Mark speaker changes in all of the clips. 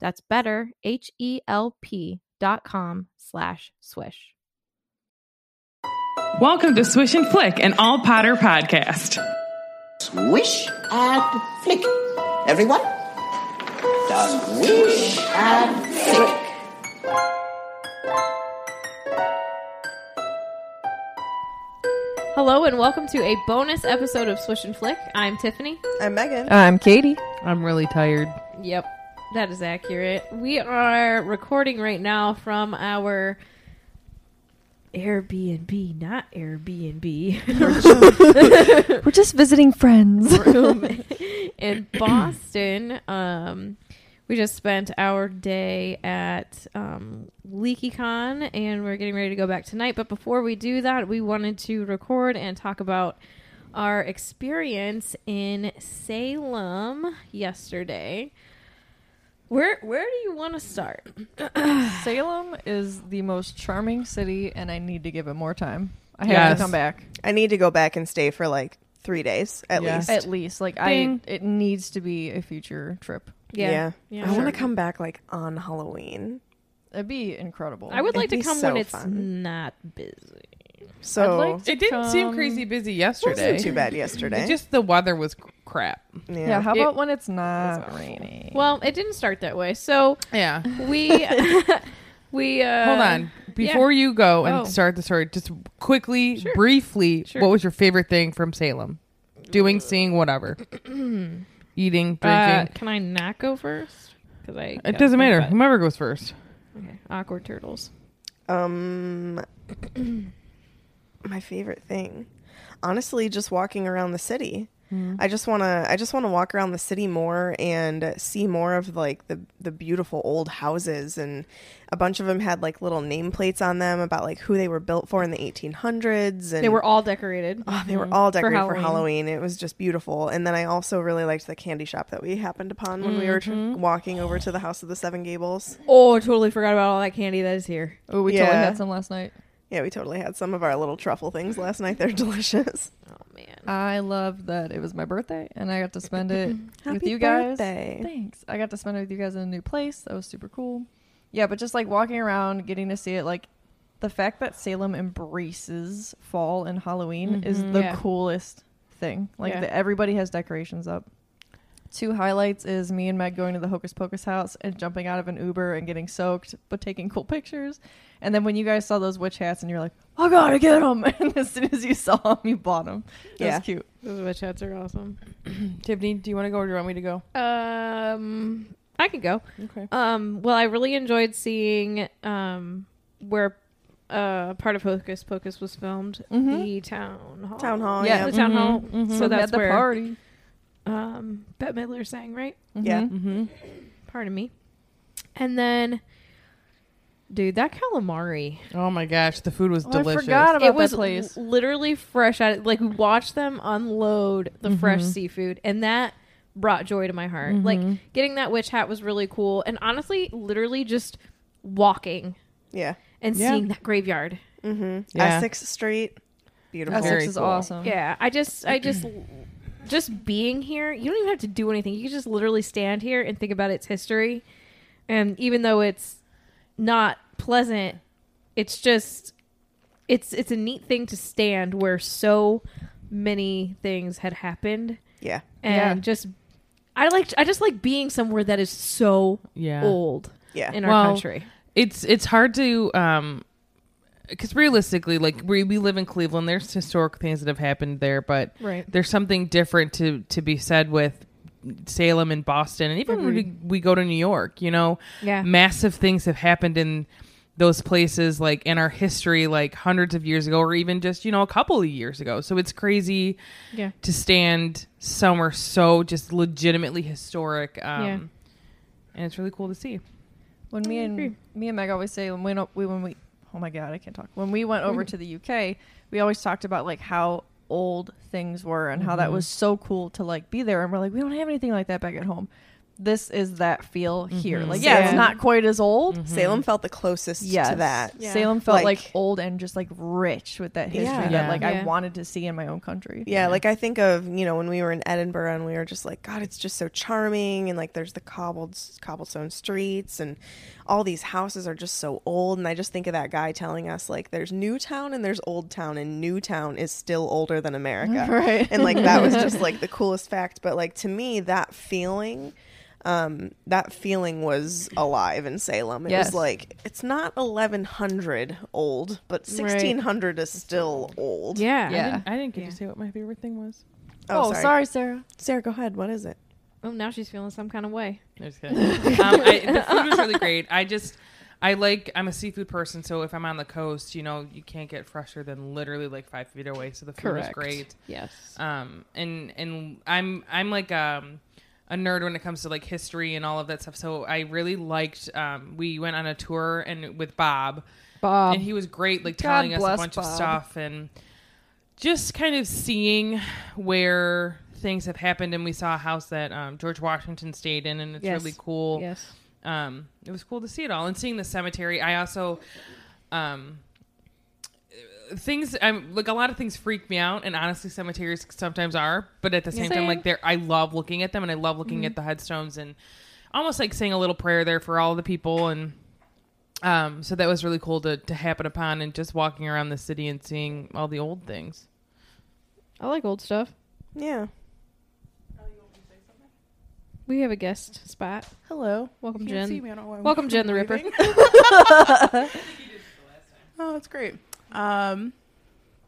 Speaker 1: That's better, H-E-L-P dot com slash swish.
Speaker 2: Welcome to Swish and Flick, an all Potter podcast.
Speaker 3: Swish and flick. Everyone? Swish and flick.
Speaker 1: Hello and welcome to a bonus episode of Swish and Flick. I'm Tiffany.
Speaker 4: I'm Megan.
Speaker 5: I'm Katie.
Speaker 6: I'm really tired.
Speaker 1: Yep, that is accurate. We are recording right now from our Airbnb, not Airbnb,
Speaker 5: We're just visiting friends.
Speaker 1: room in Boston. Um, we just spent our day at um, LeakyCon and we're getting ready to go back tonight. But before we do that, we wanted to record and talk about our experience in Salem yesterday. Where where do you want to start?
Speaker 5: Salem is the most charming city, and I need to give it more time. I have
Speaker 6: Yes.
Speaker 5: to come back
Speaker 4: I need to go back and stay for like three days at
Speaker 6: Yeah.
Speaker 4: least.
Speaker 5: at least. Like
Speaker 1: Bing.
Speaker 5: I, it needs to be a future trip.
Speaker 4: Yeah.
Speaker 1: yeah.
Speaker 4: I want to come back like on Halloween.
Speaker 5: It'd be incredible.
Speaker 1: I would like
Speaker 4: It'd
Speaker 1: to
Speaker 4: be
Speaker 1: come
Speaker 4: so
Speaker 1: when it's
Speaker 4: fun.
Speaker 1: not busy.
Speaker 4: So
Speaker 5: I'd like to
Speaker 2: It didn't seem
Speaker 5: come-
Speaker 2: crazy busy
Speaker 4: it
Speaker 2: yesterday.
Speaker 4: wasn't too bad yesterday.
Speaker 2: It's just the weather was c- crap.
Speaker 5: Yeah. how
Speaker 2: It-
Speaker 5: about when it's not raining?
Speaker 1: Well, it didn't start that way. So
Speaker 2: Yeah.
Speaker 1: we we uh,
Speaker 2: Hold on. Before you go and
Speaker 1: Oh.
Speaker 2: start the story, just quickly, briefly,
Speaker 1: Sure.
Speaker 2: what was your favorite thing from Salem? Doing, seeing, whatever. Eating, drinking.
Speaker 1: Uh, can I not go first? Because I
Speaker 2: it
Speaker 1: gotta think
Speaker 2: doesn't matter.
Speaker 1: about it.
Speaker 2: Whomever goes first.
Speaker 1: Okay. Awkward turtles.
Speaker 4: um, my favorite thing, honestly, just walking around the city.
Speaker 5: Hmm.
Speaker 4: I just wanna, I just wanna walk around the city more and see more of like the the beautiful old houses and a bunch of them had like little nameplates on them about like who they were built for in the 1800s and
Speaker 1: They were all decorated.
Speaker 4: Oh, they were
Speaker 5: Mm-hmm.
Speaker 4: all decorated for
Speaker 1: Halloween.
Speaker 4: Halloween. It was just beautiful. And then I also really liked the candy shop that we happened upon when we were tr-
Speaker 5: Mm-hmm.
Speaker 4: walking over to the House of the Seven Gables.
Speaker 1: Oh, totally forgot about all that candy that is here.
Speaker 5: oh, we
Speaker 4: yeah.
Speaker 5: totally had some last night.
Speaker 4: Yeah, we totally had some of our little truffle things last night. They're delicious.
Speaker 1: Oh man.
Speaker 5: I love that it was my birthday, and I got to spend it with
Speaker 4: Happy
Speaker 5: you guys.
Speaker 4: birthday.
Speaker 5: Thanks. I got to spend it with you guys in a new place. That was super cool. Yeah, but just like walking around, getting to see it, like the fact that Salem embraces fall and Halloween is the
Speaker 1: Mm-hmm. Yeah.
Speaker 5: coolest thing. Like
Speaker 1: Yeah.
Speaker 5: the, everybody has decorations up. Two highlights is me and Meg going to the Hocus Pocus house and jumping out of an Uber and getting soaked, but taking cool pictures. And then when you guys saw those witch hats and you're like, I gotta get them. And as soon as you saw them, you bought them. It
Speaker 4: Yeah.
Speaker 5: was cute.
Speaker 1: Those witch hats are awesome.
Speaker 2: Tiffany, do you want to go or do you want me to go?
Speaker 1: Um, I could go.
Speaker 2: Okay.
Speaker 1: Um, well, I really enjoyed seeing um where uh part of Hocus Pocus was filmed.
Speaker 2: Mm-hmm.
Speaker 5: Mhm.
Speaker 1: The town hall.
Speaker 4: Town hall,
Speaker 5: Yeah.
Speaker 1: the town hall. So
Speaker 5: we had
Speaker 1: that's
Speaker 5: the
Speaker 1: where
Speaker 5: party.
Speaker 1: um Bette Midler sang, right?
Speaker 4: Yeah.
Speaker 2: Mm-hmm.
Speaker 1: Pardon me. And then, dude, that calamari.
Speaker 2: Oh my gosh, the food was
Speaker 5: Oh, I
Speaker 2: delicious.
Speaker 5: forgot about
Speaker 1: it was
Speaker 5: that place.
Speaker 1: l- literally fresh out. Like we watched them unload the fresh seafood, and that brought joy to my heart. Like getting that witch hat was really cool, and honestly, literally just walking
Speaker 4: Yeah.
Speaker 1: and
Speaker 2: Yeah.
Speaker 1: seeing that graveyard.
Speaker 4: Mm-hmm.
Speaker 2: Yeah.
Speaker 4: Essex Street. Beautiful.
Speaker 5: Essex
Speaker 2: Very
Speaker 5: is
Speaker 2: cool.
Speaker 5: awesome.
Speaker 1: Yeah, I just, I just, just being here. You don't even have to do anything. You can just literally stand here and think about its history, and even though it's not pleasant, it's just, it's it's a neat thing to stand where so many things had happened,
Speaker 4: Yeah.
Speaker 1: and
Speaker 5: Yeah.
Speaker 1: just, I like, I just like being somewhere that is so
Speaker 2: Yeah.
Speaker 1: old
Speaker 4: Yeah.
Speaker 1: in our
Speaker 2: Well,
Speaker 1: country.
Speaker 2: it's it's hard to um because realistically like we, we live in cleveland there's historic things that have happened there but
Speaker 1: Right.
Speaker 2: there's something different to to be said with salem and boston and even when we, we go to new york you know
Speaker 1: Mm-hmm. Yeah.
Speaker 2: massive things have happened in those places like in our history like hundreds of years ago or even just you know a couple of years ago so it's crazy
Speaker 1: Yeah.
Speaker 2: to stand somewhere so just legitimately historic um
Speaker 1: Yeah.
Speaker 2: and it's really cool to see
Speaker 5: When me and me and Meg always say when we don't- we when we oh my god I can't talk when we went over to the UK we always talked about like how old things were and how that was so cool to like be there and we're like we don't have anything like that back at home. This is that feel here. Like yeah, it's
Speaker 4: Salem.
Speaker 5: not quite as old.
Speaker 4: Salem felt the closest
Speaker 5: Yes.
Speaker 4: to that.
Speaker 1: Yeah.
Speaker 5: Salem felt like,
Speaker 4: Mm-hmm. Like-
Speaker 5: old and just like rich with that history
Speaker 4: Yeah.
Speaker 5: that
Speaker 2: Yeah.
Speaker 5: like I
Speaker 1: Yeah.
Speaker 5: wanted to see in my own country.
Speaker 4: Yeah, like I think of you know when we were in Edinburgh and we were just like, God, it's just so charming, and like there's the cobbled cobblestone streets, and all these houses are just so old. And I just think of that guy telling us like, there's New Town and there's Old Town, and New Town is still older than America,
Speaker 5: Right.
Speaker 4: And like that was just like the coolest fact. But like to me, that feeling. Um, that feeling was alive in Salem. It
Speaker 5: Yes.
Speaker 4: was like it's not 1100 old, but 1600 is still old.
Speaker 1: Yeah.
Speaker 5: Yeah.
Speaker 2: I didn't get
Speaker 1: Yeah.
Speaker 2: to say what my favorite thing was.
Speaker 5: Oh,
Speaker 4: sorry.
Speaker 5: sorry, Sarah.
Speaker 4: Sarah, go ahead. What is it?
Speaker 1: Oh, now she's feeling some kind of way.
Speaker 2: No, just kidding. um, I, the food was really great. I just, I like, I'm a seafood person, so if I'm on the coast, you know, you can't get fresher than literally like five feet away. So the food
Speaker 5: Correct.
Speaker 2: was great.
Speaker 1: Yes.
Speaker 2: Um, and and I'm I'm like um a nerd when it comes to like history and all of that stuff. So I really liked. Um, we went on a tour and with Bob,
Speaker 5: Bob.
Speaker 2: and he was great, like
Speaker 5: God
Speaker 2: telling us a
Speaker 5: bless
Speaker 2: bunch of
Speaker 5: Bob.
Speaker 2: stuff and just kind of seeing where things have happened. And we saw a house that um, George Washington stayed in, and it's
Speaker 1: Yes.
Speaker 2: really cool.
Speaker 1: Yes.
Speaker 2: Um, it was cool to see it all and seeing the cemetery. I also, um, things I'm like a lot of things freak me out, and honestly, cemeteries sometimes are. But at the same time,
Speaker 5: Same.
Speaker 2: like they're, I love looking at them, and I love looking at the headstones, and almost like saying a little prayer there for all the people and. Um, so that was really cool to, to happen upon and just walking around the city and seeing all the old things.
Speaker 1: I like old stuff.
Speaker 4: Yeah.
Speaker 1: We have a guest spot.
Speaker 4: Hello.
Speaker 1: Welcome,
Speaker 4: Can't see
Speaker 1: Jen.
Speaker 6: Man, oh, I'm
Speaker 1: Welcome, Jen the Ripper.
Speaker 6: breathing. oh, that's great. Um,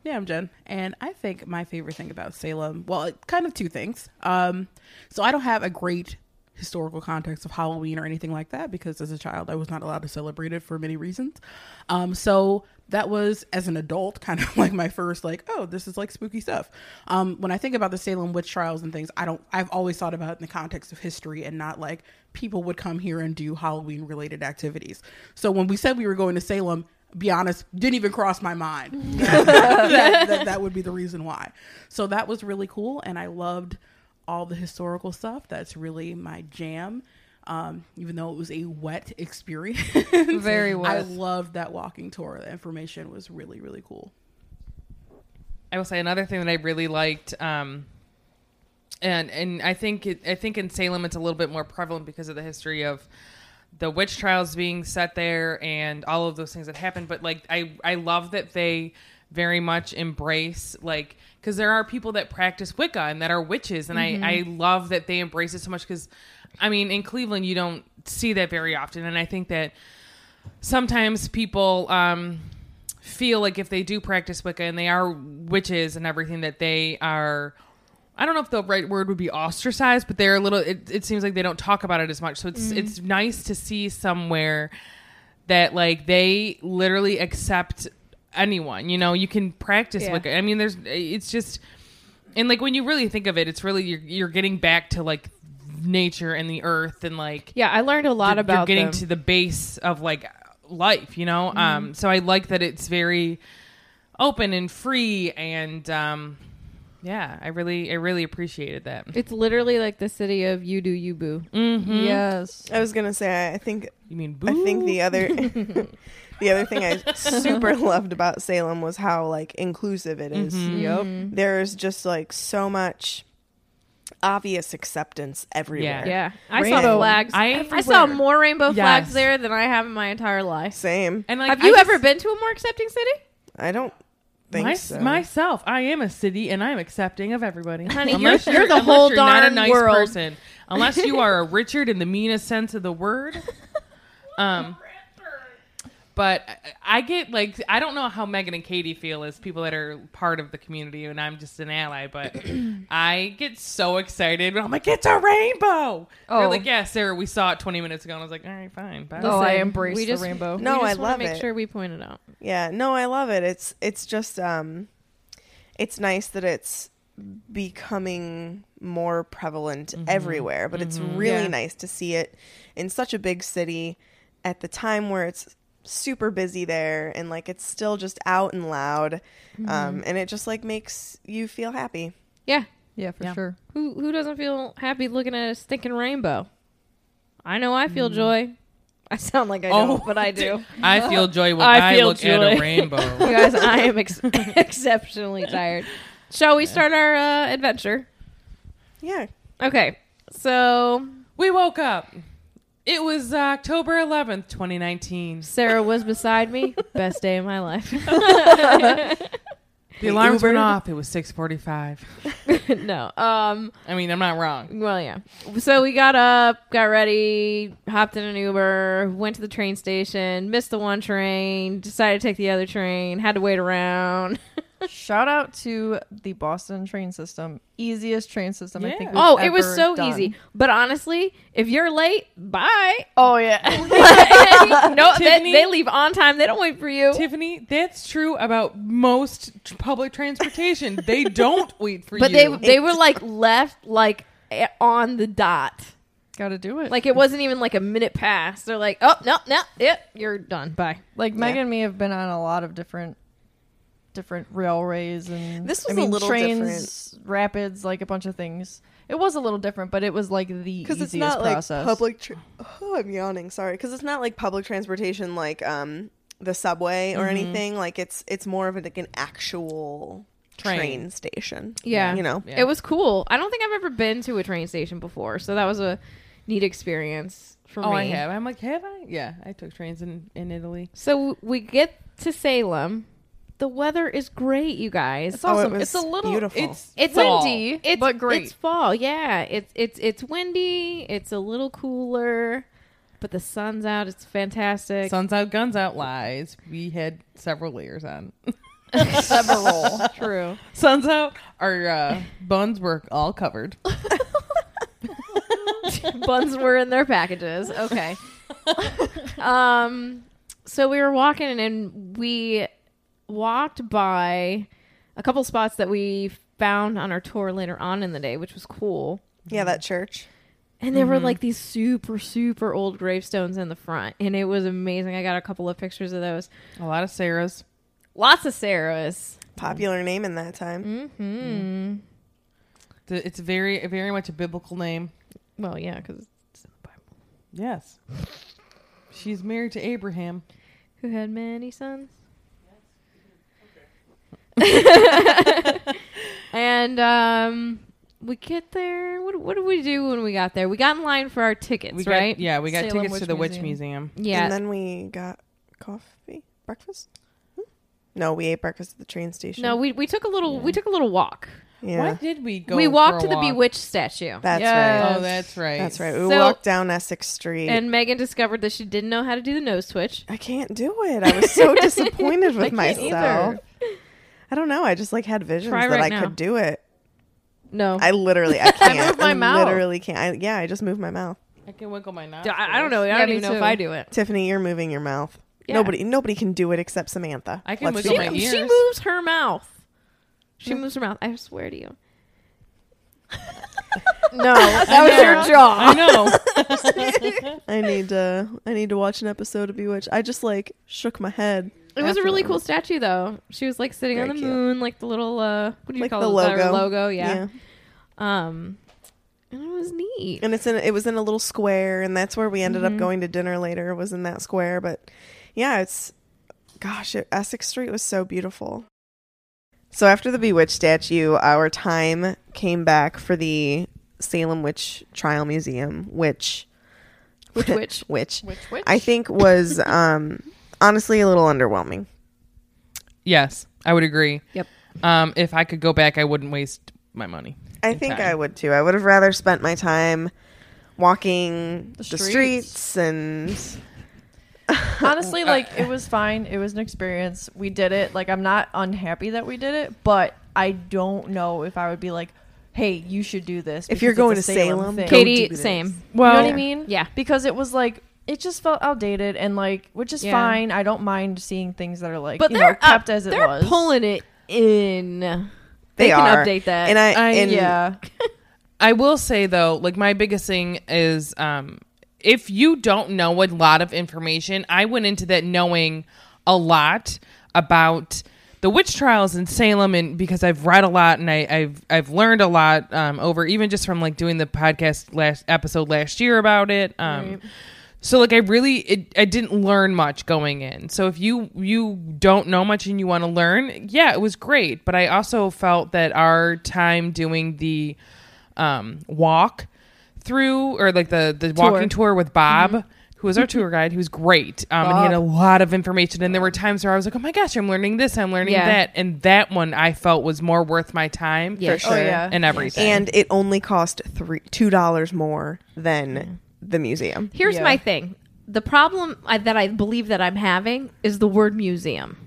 Speaker 6: yeah, I'm Jen, and I think my favorite thing about Salem, well, it, kind of two things. Um, so I don't have a great historical context of Halloween or anything like that because as a child I was not allowed to celebrate it for many reasons. Um, so that was as an adult kind of like my first like oh this is like spooky stuff. Um, when I think about the Salem witch trials and things, I don't I've always thought about it in the context of history and not like people would come here and do Halloween related activities. So when we said we were going to Salem, be honest, didn't even cross my mind that, that that would be the reason why. So that was really cool, and I loved all the historical stuff. That's really my jam. Um, even though it was a wet experience,
Speaker 5: Very
Speaker 6: I
Speaker 5: wet.
Speaker 6: loved that walking tour. The information was really really cool.
Speaker 2: I will say another thing that I really liked, um, and and I think it, I think in Salem it's a little bit more prevalent because of the history of the witch trials being set there and all of those things that happened. But like I I love that they very much embrace like because there are people that practice Wicca and that are witches, and I I love that they embrace it so much because I mean in Cleveland you don't see that very often, and I think that sometimes people um, feel like if they do practice Wicca and they are witches and everything, that they are. I don't know if the right word would be ostracized, but they're a little. It, it seems like they don't talk about it as much. So it's it's nice to see somewhere that like they literally accept anyone. You know, you can practice
Speaker 1: Yeah.
Speaker 2: Wicca. I mean, there's. It's just and like when you really think of it, it's really you're you're getting back to like nature and the earth and like
Speaker 1: Yeah, I learned a lot
Speaker 2: you're-
Speaker 1: about
Speaker 2: you're getting
Speaker 1: them. Mm-hmm.
Speaker 2: to the base of like life you know um so i like that it's very open and free and um yeah i really i really appreciated that
Speaker 1: It's literally like the city of you do you boo.
Speaker 5: Mm-hmm. Yes.
Speaker 4: I was gonna say I- I think
Speaker 2: you mean boo?
Speaker 4: I think the other the other thing I super loved about Salem was how like inclusive it is.
Speaker 5: Yep.
Speaker 4: There's just like so much obvious acceptance everywhere.
Speaker 1: Yeah, I saw
Speaker 4: Rainbow.
Speaker 1: flags. I,
Speaker 2: I-
Speaker 1: saw more rainbow
Speaker 2: Yes.
Speaker 1: flags there than I have in my entire life.
Speaker 4: Same.
Speaker 2: and like
Speaker 1: have you
Speaker 2: I
Speaker 1: ever
Speaker 2: just-
Speaker 1: been to a more accepting city?
Speaker 4: I don't think
Speaker 2: my,
Speaker 4: so.
Speaker 2: myself i am a city and i'm accepting of everybody
Speaker 1: Honey,
Speaker 2: Unless
Speaker 1: you're- you're the whole
Speaker 2: unless you're not
Speaker 1: darn
Speaker 2: a nice
Speaker 1: world.
Speaker 2: person unless you are a richard in the meanest sense of the word um But I- I get like I don't know how Megan and Katie feel as people that are part of the community, and I'm just an ally. But I get so excited when I'm like, "It's a rainbow!"
Speaker 5: Oh.
Speaker 2: They're like, "Yeah, Sarah, we saw it 20 minutes ago." And I was like, "All right, fine, bye."
Speaker 5: oh, I
Speaker 1: Listen,
Speaker 5: embrace
Speaker 1: we
Speaker 5: the
Speaker 1: just-
Speaker 5: rainbow.
Speaker 4: No,
Speaker 1: we
Speaker 4: I
Speaker 1: just wanna
Speaker 4: love
Speaker 1: make
Speaker 4: it.
Speaker 1: sure we point it out.
Speaker 4: Yeah, no, I love it. It's it's just um it's nice that it's becoming more prevalent everywhere, but it's really
Speaker 6: Yeah.
Speaker 4: nice to see it in such a big city at the time where it's super busy there and like it's still just out and loud. Um and it just like makes you feel happy.
Speaker 1: Yeah.
Speaker 5: Yeah, for
Speaker 6: Yeah.
Speaker 5: sure.
Speaker 1: Who who doesn't feel happy looking at a stinking rainbow? I know I feel joy. I sound like I
Speaker 2: Oh,
Speaker 1: don't, but I do.
Speaker 2: I feel joy when
Speaker 1: I
Speaker 2: I,
Speaker 1: feel
Speaker 2: look at
Speaker 1: joy.
Speaker 2: a rainbow.
Speaker 1: you guys, I am ex- exceptionally tired. Shall we start our uh, adventure?
Speaker 4: Yeah.
Speaker 1: Okay. So
Speaker 2: we woke up. It was uh, October 11th, 2019.
Speaker 1: Sarah was beside me. Best day of my life.
Speaker 2: The alarms went off. It was 6:45.
Speaker 1: no. Um
Speaker 2: I mean, I'm not wrong.
Speaker 1: Well, yeah. So we got up, got ready, hopped in an Uber, went to the train station, missed the one train, decided to take the other train, had to wait around.
Speaker 5: Shout out to the Boston train system. Easiest train system I think.
Speaker 2: Yeah.
Speaker 5: We've
Speaker 1: oh, it was
Speaker 5: ever
Speaker 1: so
Speaker 5: done.
Speaker 1: easy. But honestly, if you're late, bye. Oh yeah. no, they,
Speaker 2: Tiffany?
Speaker 1: they leave on time. They don't wait for you.
Speaker 2: Tiffany, that's true about most tr- public transportation. they don't wait for
Speaker 1: but
Speaker 2: you.
Speaker 1: they they were like left like eh, on the dot.
Speaker 5: Gotta do it.
Speaker 1: Like it wasn't even like a minute past. They're like, "Oh, no, no. Yep, you're done. Bye."
Speaker 5: Like Meg and me have been on a lot of different different railways and
Speaker 4: This
Speaker 5: I
Speaker 4: was a
Speaker 5: mean,
Speaker 4: little
Speaker 5: trains, rapids, like a bunch of things. It was a little different, but it was like the
Speaker 4: because
Speaker 5: easiest
Speaker 4: it's not
Speaker 5: process.
Speaker 4: like public. Tra- oh, I'm yawning. Sorry, because it's not like public transportation, like um the subway or anything. Like it's it's more of a, like an actual train,
Speaker 2: Train.
Speaker 4: station.
Speaker 1: Yeah.
Speaker 4: you know.
Speaker 2: Yeah.
Speaker 1: It was cool. I don't think I've ever been to a train station before, so that was a neat experience for
Speaker 2: Oh,
Speaker 1: me.
Speaker 2: I have. I'm like, have I? Yeah, I took trains in in Italy.
Speaker 1: So we get to Salem. The weather is great, you guys. It's,
Speaker 4: Oh,
Speaker 5: awesome.
Speaker 4: it was
Speaker 5: It's a little-
Speaker 4: beautiful.
Speaker 2: It's fall.
Speaker 1: windy, it's,
Speaker 5: but great.
Speaker 1: It's fall, yeah. It's it's it's windy. It's a little cooler, but the sun's out. It's fantastic.
Speaker 2: Sun's out, guns out, lies. We had several layers on.
Speaker 5: several. True.
Speaker 2: Sun's out, our uh, buns were all covered.
Speaker 1: buns were in their packages. Okay. um so we were walking and we walked by a couple spots that we found on our tour later on in the day, which was cool.
Speaker 4: Yeah, that church.
Speaker 1: And there were like these super super old gravestones in the front and it was amazing. I got a couple of pictures of those.
Speaker 2: A lot of Sarahs.
Speaker 1: Lots of Sarahs. Mm-hmm.
Speaker 4: Popular name in that
Speaker 1: Mm,
Speaker 4: time.
Speaker 2: Th- It's very, very much a biblical name.
Speaker 1: Well, yeah, cuz it's in the Bible.
Speaker 2: Yes. She's married to Abraham.
Speaker 1: Who had many sons? and um, we get there. What, what did we do when we got there? We got in line for our tickets,
Speaker 2: We got,
Speaker 1: right?
Speaker 2: Yeah, we got
Speaker 5: Salem
Speaker 2: tickets to
Speaker 5: Witch
Speaker 2: the Witch
Speaker 5: Museum.
Speaker 2: Museum.
Speaker 1: Yeah.
Speaker 4: And then we got coffee, breakfast. Hmm? No, we ate breakfast at the train station.
Speaker 1: no, we, we took a little we took a little walk.
Speaker 4: yeah,
Speaker 2: Why did we go?
Speaker 1: we
Speaker 2: for a
Speaker 1: walked to the
Speaker 2: walk?
Speaker 1: bewitched statue.
Speaker 4: that's
Speaker 5: Yeah.
Speaker 4: right.
Speaker 2: Oh, that's right.
Speaker 4: That's right. We
Speaker 1: So-
Speaker 4: walked down Essex Street.
Speaker 1: and Megan discovered that she didn't know how to do the nose twitch.
Speaker 4: I can't do it. I was so disappointed with
Speaker 5: can't either.
Speaker 4: myself. I don't know. I just like had visions
Speaker 1: Try
Speaker 4: that
Speaker 1: right
Speaker 4: I
Speaker 1: now.
Speaker 4: could do it.
Speaker 1: No.
Speaker 4: I literally, I can't.
Speaker 1: moved my
Speaker 4: I
Speaker 1: mouth.
Speaker 4: Literally can't. I, yeah, I just moved my mouth.
Speaker 2: I can wiggle my nose.
Speaker 1: I, I don't know. I
Speaker 5: Yeah,
Speaker 1: don't
Speaker 5: me
Speaker 1: even know if
Speaker 5: too.
Speaker 1: I do it.
Speaker 4: Tiffany, you're moving your mouth.
Speaker 1: Yeah.
Speaker 4: Nobody, nobody can do it except Samantha.
Speaker 2: I can
Speaker 4: Let's
Speaker 2: wiggle
Speaker 4: be
Speaker 2: my
Speaker 4: real.
Speaker 2: ear.
Speaker 1: She
Speaker 2: Ears.
Speaker 1: moves her mouth. She moves her mouth. I swear to you. no, that was your jaw.
Speaker 2: I know.
Speaker 4: I need to, I need to watch an episode of Bewitched. I just like shook my head.
Speaker 1: It was a really cool statue, though. She was like sitting
Speaker 4: Very
Speaker 1: on the
Speaker 4: cute.
Speaker 1: moon, like the little uh, what do you
Speaker 4: Like
Speaker 1: call
Speaker 4: the
Speaker 1: it? Our
Speaker 4: logo.
Speaker 1: logo, yeah. Um, and it was neat.
Speaker 4: And it's in, it was in a little square, and that's where we ended
Speaker 5: Mm-hmm.
Speaker 4: up going to dinner later. Was in that square, but yeah, it's, gosh, it, Essex Street was so beautiful. So after the Bewitched statue, our time came back for the Salem Witch Trial Museum, which,
Speaker 1: Which which
Speaker 4: which,
Speaker 5: Which which?
Speaker 4: I think was um, honestly a little underwhelming.
Speaker 2: yes, I would agree.
Speaker 1: Yep.
Speaker 2: Um, if I could go back, I wouldn't waste my money.
Speaker 4: I
Speaker 2: and
Speaker 4: think
Speaker 2: time.
Speaker 4: I would too. I would have rather spent my time walking the,
Speaker 5: streets.
Speaker 4: streets. and
Speaker 5: Honestly, like it was fine. It was an experience. We did it. Like I'm not unhappy that we did it, but I don't know if I would be like, "Hey, you should do this."
Speaker 4: If you're
Speaker 5: because
Speaker 4: going
Speaker 5: it's a
Speaker 4: to Salem,
Speaker 5: thing."
Speaker 4: go
Speaker 1: Katie,
Speaker 4: do this.
Speaker 1: same.
Speaker 5: you know
Speaker 2: Well-
Speaker 5: what I mean?
Speaker 1: Yeah.
Speaker 5: Because it was like it just felt outdated and like, which is
Speaker 1: Yeah.
Speaker 5: fine. I don't mind seeing things that are like,
Speaker 1: But
Speaker 5: you
Speaker 1: they're
Speaker 5: know,
Speaker 1: up-
Speaker 5: kept as it
Speaker 1: they're
Speaker 5: was.
Speaker 1: pulling it in. They,
Speaker 4: They,
Speaker 1: can
Speaker 4: are.
Speaker 1: update that.
Speaker 4: And I,
Speaker 5: I-
Speaker 4: and
Speaker 5: yeah.
Speaker 2: I will say though, like my biggest thing is um if you don't know a lot of information, I went into that knowing a lot about the witch trials in Salem and because I've read a lot and I, I've I've learned a lot um, over even just from like doing the podcast last episode last year about it. Um So like I really it, I didn't learn much going in. So if you you don't know much and you want to learn, yeah, it was great. But I also felt that our time doing the um, walk through or like the the walking tour with Bob, who was our tour guide, who was great. Um, and he had a lot of information, and there were times where I was like, "Oh my gosh, I'm learning this, I'm learning
Speaker 1: Yeah.
Speaker 2: that," and that one I felt was more worth my time
Speaker 1: Yeah. For
Speaker 5: sure. Oh, yeah.
Speaker 2: and everything.
Speaker 4: and it only cost three two dollars more
Speaker 5: Hmm.
Speaker 4: than the museum.
Speaker 1: Here's
Speaker 5: Yeah.
Speaker 1: my thing. The problem I, that I believe that I'm having is the word museum.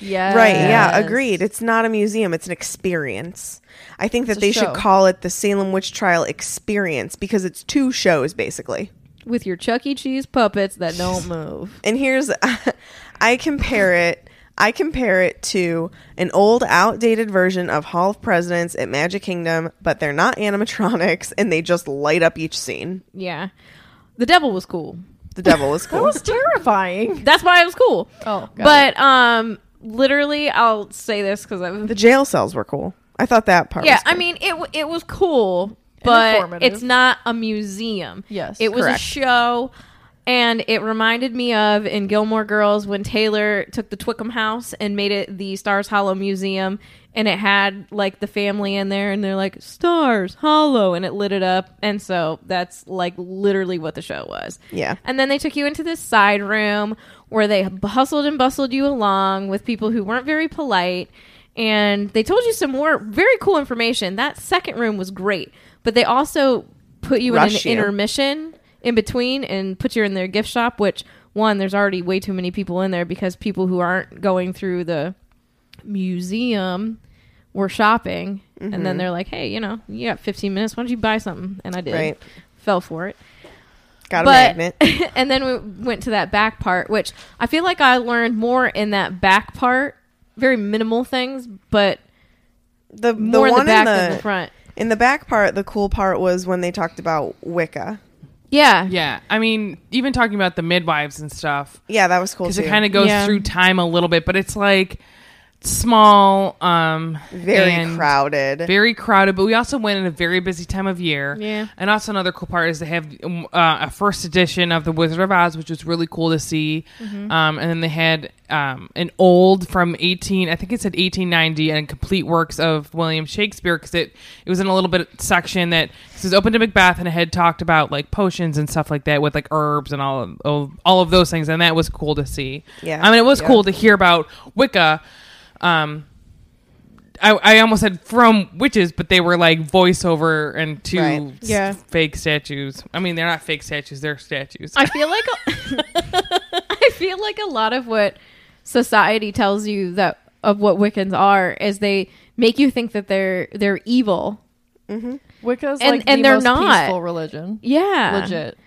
Speaker 5: Yeah.
Speaker 4: Right. Yeah. Agreed. It's not a museum. It's an experience. I think that
Speaker 5: a
Speaker 4: they should
Speaker 5: show.
Speaker 4: call it the Salem Witch Trial Experience because it's two shows basically.
Speaker 1: With your Chuck E. Cheese puppets that don't move.
Speaker 4: And here's, I compare it. I compare it to an old, outdated version of Hall of Presidents at Magic Kingdom, but they're not animatronics and they just light up each scene.
Speaker 1: Yeah. The devil was cool.
Speaker 4: The devil is cool.
Speaker 5: It's terrifying.
Speaker 1: That's why it was cool.
Speaker 5: Oh, got
Speaker 1: but um, literally, I'll say this because I've
Speaker 4: the jail cells were cool. I thought that part.
Speaker 1: Yeah,
Speaker 4: was cool.
Speaker 1: I mean it. w- It was cool, but
Speaker 5: informative.
Speaker 1: it's not a museum.
Speaker 5: Yes,
Speaker 1: it was
Speaker 4: correct.
Speaker 1: a show, and it reminded me of in Gilmore Girls when Taylor took the Twickham house and made it the Stars Hollow Museum, and it had like the family in there, and they're like Stars Hollow, and it lit it up, and so that's like literally what the show was.
Speaker 4: Yeah.
Speaker 1: And then they took you into this side room where they hustled and bustled you along with people who weren't very polite. And they told you some more very cool information. That second room was great, but they also put you
Speaker 4: Rush you.
Speaker 1: in an intermission in between and put you in their gift shop, which, one, there's already way too many people in there because people who aren't going through the museum were shopping. And
Speaker 4: Mm-hmm.
Speaker 1: then they're like, hey, you know, you got 15 minutes. Why don't you buy something? And I did.
Speaker 4: Right.
Speaker 1: Fell for it
Speaker 4: got a
Speaker 1: but
Speaker 4: magnet.
Speaker 1: and then we went to that back part which i feel like i learned more in that back part very minimal things but
Speaker 4: The, the
Speaker 1: more in the
Speaker 4: one
Speaker 1: back
Speaker 4: in the,
Speaker 1: than the front
Speaker 4: In the back part, the cool part was when they talked about Wicca.
Speaker 1: yeah
Speaker 2: yeah, I mean, even talking about the midwives and stuff
Speaker 4: Yeah, that was cool
Speaker 2: because
Speaker 4: too.
Speaker 2: it kind of goes
Speaker 1: Yeah.
Speaker 2: through time a little bit, but it's like small, um,
Speaker 4: very
Speaker 2: and-
Speaker 4: crowded.
Speaker 2: very crowded but we also went in a very busy time of year
Speaker 1: Yeah.
Speaker 2: and also another cool part is they have um, uh, a first edition of the wizard of oz which was really cool to see
Speaker 4: Mm-hmm.
Speaker 2: um, and then they had um, an old from 18 i think it said 1890 and complete works of william shakespeare because it, it was in a little bit section that 'cause it was open to macbeth and it had talked about like potions and stuff like that with like herbs and all of, all, all of those things and that was cool to see
Speaker 4: Yeah.
Speaker 2: i mean it was
Speaker 4: Yeah.
Speaker 2: cool to hear about wicca um, I, I almost said from witches, but they were like voiceover and two
Speaker 4: Right.
Speaker 2: s-
Speaker 1: Yeah.
Speaker 2: fake statues. I mean, they're not fake statues; they're statues.
Speaker 1: i feel like i feel like a lot of what society tells you that of what wiccans are is they make you think that they're they're evil
Speaker 5: Wicca's
Speaker 1: And-
Speaker 5: like
Speaker 1: and
Speaker 5: the
Speaker 1: they're
Speaker 5: most
Speaker 1: not.
Speaker 5: peaceful religion.
Speaker 1: yeah
Speaker 5: Legit.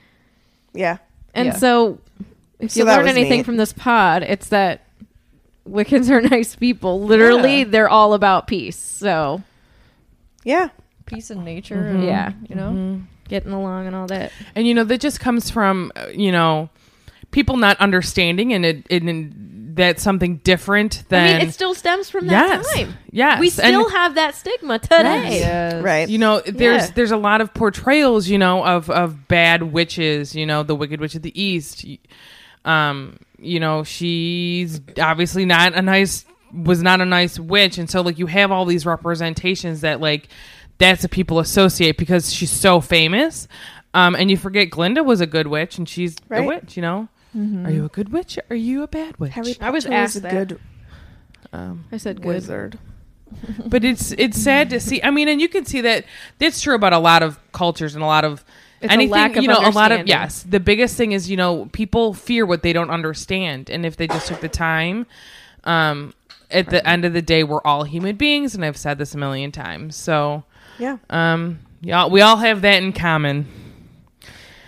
Speaker 4: yeah.
Speaker 1: and
Speaker 5: Yeah.
Speaker 1: so if
Speaker 4: So
Speaker 1: you
Speaker 4: that
Speaker 1: learn
Speaker 4: was
Speaker 1: anything
Speaker 4: neat.
Speaker 1: from this pod it's that wiccans are nice people literally
Speaker 5: Yeah.
Speaker 1: they're all about peace so
Speaker 4: Yeah.
Speaker 5: Peace in nature. and,
Speaker 1: Yeah.
Speaker 5: You know?
Speaker 1: getting along and all that
Speaker 2: and you know, that just comes from uh, you know people not understanding, and it, it and that's something different than
Speaker 1: I mean, it still stems from that
Speaker 2: Yes.
Speaker 1: time.
Speaker 2: Yes.
Speaker 1: we
Speaker 2: And-
Speaker 1: still have that stigma today.
Speaker 5: Yes.
Speaker 4: Right.
Speaker 2: you know there's
Speaker 1: Yeah.
Speaker 2: there's a lot of portrayals you know of of bad witches you know the wicked witch of the east um you know she's obviously not a nice was not a nice witch and so like you have all these representations that like that's what people associate because she's so famous um and you forget glinda was a good witch and she's
Speaker 4: Right. Mm-hmm.
Speaker 2: a witch you know are you a good witch are you a bad witch
Speaker 1: I was
Speaker 4: Potter
Speaker 1: asked that.
Speaker 2: um,
Speaker 1: I said good.
Speaker 4: wizard.
Speaker 2: but it's it's sad to see. I mean, and you can see that that's true about a lot of cultures and a lot of
Speaker 1: It's a lack of
Speaker 2: you know, a lot of
Speaker 1: understanding.
Speaker 2: yes. The biggest thing is you know people fear what they don't understand, and if they just took the time, um, at the end of the day, we're all human beings, and I've said this a million times. So,
Speaker 4: Yeah.
Speaker 2: um, yeah, we all have that in common.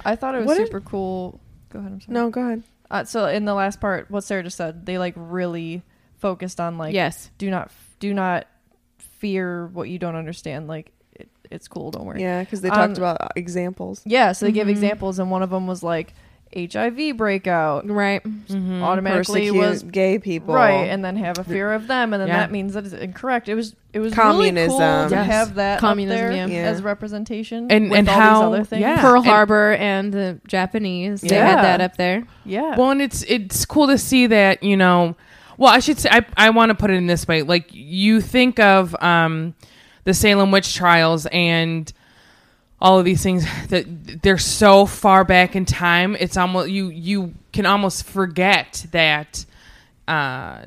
Speaker 5: I thought it was
Speaker 4: What did-
Speaker 5: super cool. Go ahead. I'm sorry.
Speaker 4: No, go ahead.
Speaker 5: Uh, so in the last part, what Sarah just said, they like really focused on like
Speaker 1: yes.
Speaker 5: do not do not fear what you don't understand. Like it, it's cool. Don't worry.
Speaker 4: Yeah, Mm-hmm. because they
Speaker 5: Um,
Speaker 4: talked about uh, examples.
Speaker 5: Yeah, so they give examples, and one of them was like HIV breakout
Speaker 1: Right.
Speaker 2: Mm-hmm.
Speaker 5: automatically
Speaker 4: Mm-hmm. Persecute
Speaker 5: was
Speaker 4: gay people.
Speaker 5: right, and then have a fear of them, and then
Speaker 2: Yeah.
Speaker 5: that means that it's incorrect. It was it was really cool
Speaker 4: Communism.
Speaker 5: to
Speaker 2: Yes.
Speaker 5: have that
Speaker 1: Communism,
Speaker 5: up
Speaker 1: yeah.
Speaker 5: there
Speaker 4: Yeah.
Speaker 5: as representation
Speaker 2: And-
Speaker 5: with
Speaker 2: and
Speaker 5: all
Speaker 2: how-
Speaker 5: these other things.
Speaker 2: yeah.
Speaker 1: Pearl
Speaker 2: and-
Speaker 1: Harbor and the Japanese. They
Speaker 5: Yeah.
Speaker 1: had that up there.
Speaker 5: yeah.
Speaker 2: Well, and it's it's cool to see that you know. Well, I should say I I want to put it in this way. Like you think of um, the Salem witch trials and all of these things that they're so far back in time. It's almost you you can almost forget that uh,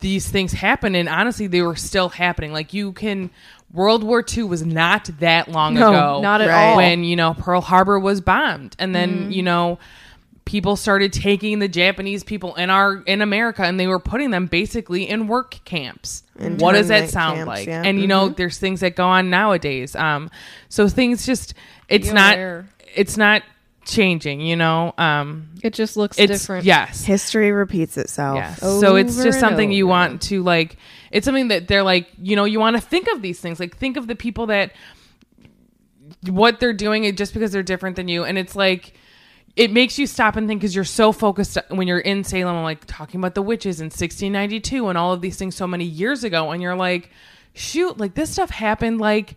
Speaker 2: these things happen, and honestly, they were still happening. Like you can. World War II was not that long
Speaker 1: No,
Speaker 2: ago.
Speaker 1: not at
Speaker 4: Right.
Speaker 1: all.
Speaker 2: When you know Pearl Harbor was bombed, and then you know people started taking the Japanese people in our in America and they were putting them basically in work camps. what does that
Speaker 4: Internment
Speaker 2: sound
Speaker 4: camps,
Speaker 2: like?
Speaker 4: yeah.
Speaker 2: And you know, there's things that go on nowadays. Um, so things just it's
Speaker 5: Be
Speaker 2: not
Speaker 5: aware.
Speaker 2: it's not changing. You know, um,
Speaker 1: It just looks
Speaker 2: it's
Speaker 1: different.
Speaker 2: yes.
Speaker 4: History repeats itself.
Speaker 2: Yes. So it's just something you want to like. It's something that they're like, you know, you want to think of these things. Like, think of the people that what they're doing it just because they're different than you and it's like it makes you stop and think because you're so focused when you're in salem I'm like talking about the witches in 1692 and all of these things so many years ago and you're like shoot like this stuff happened like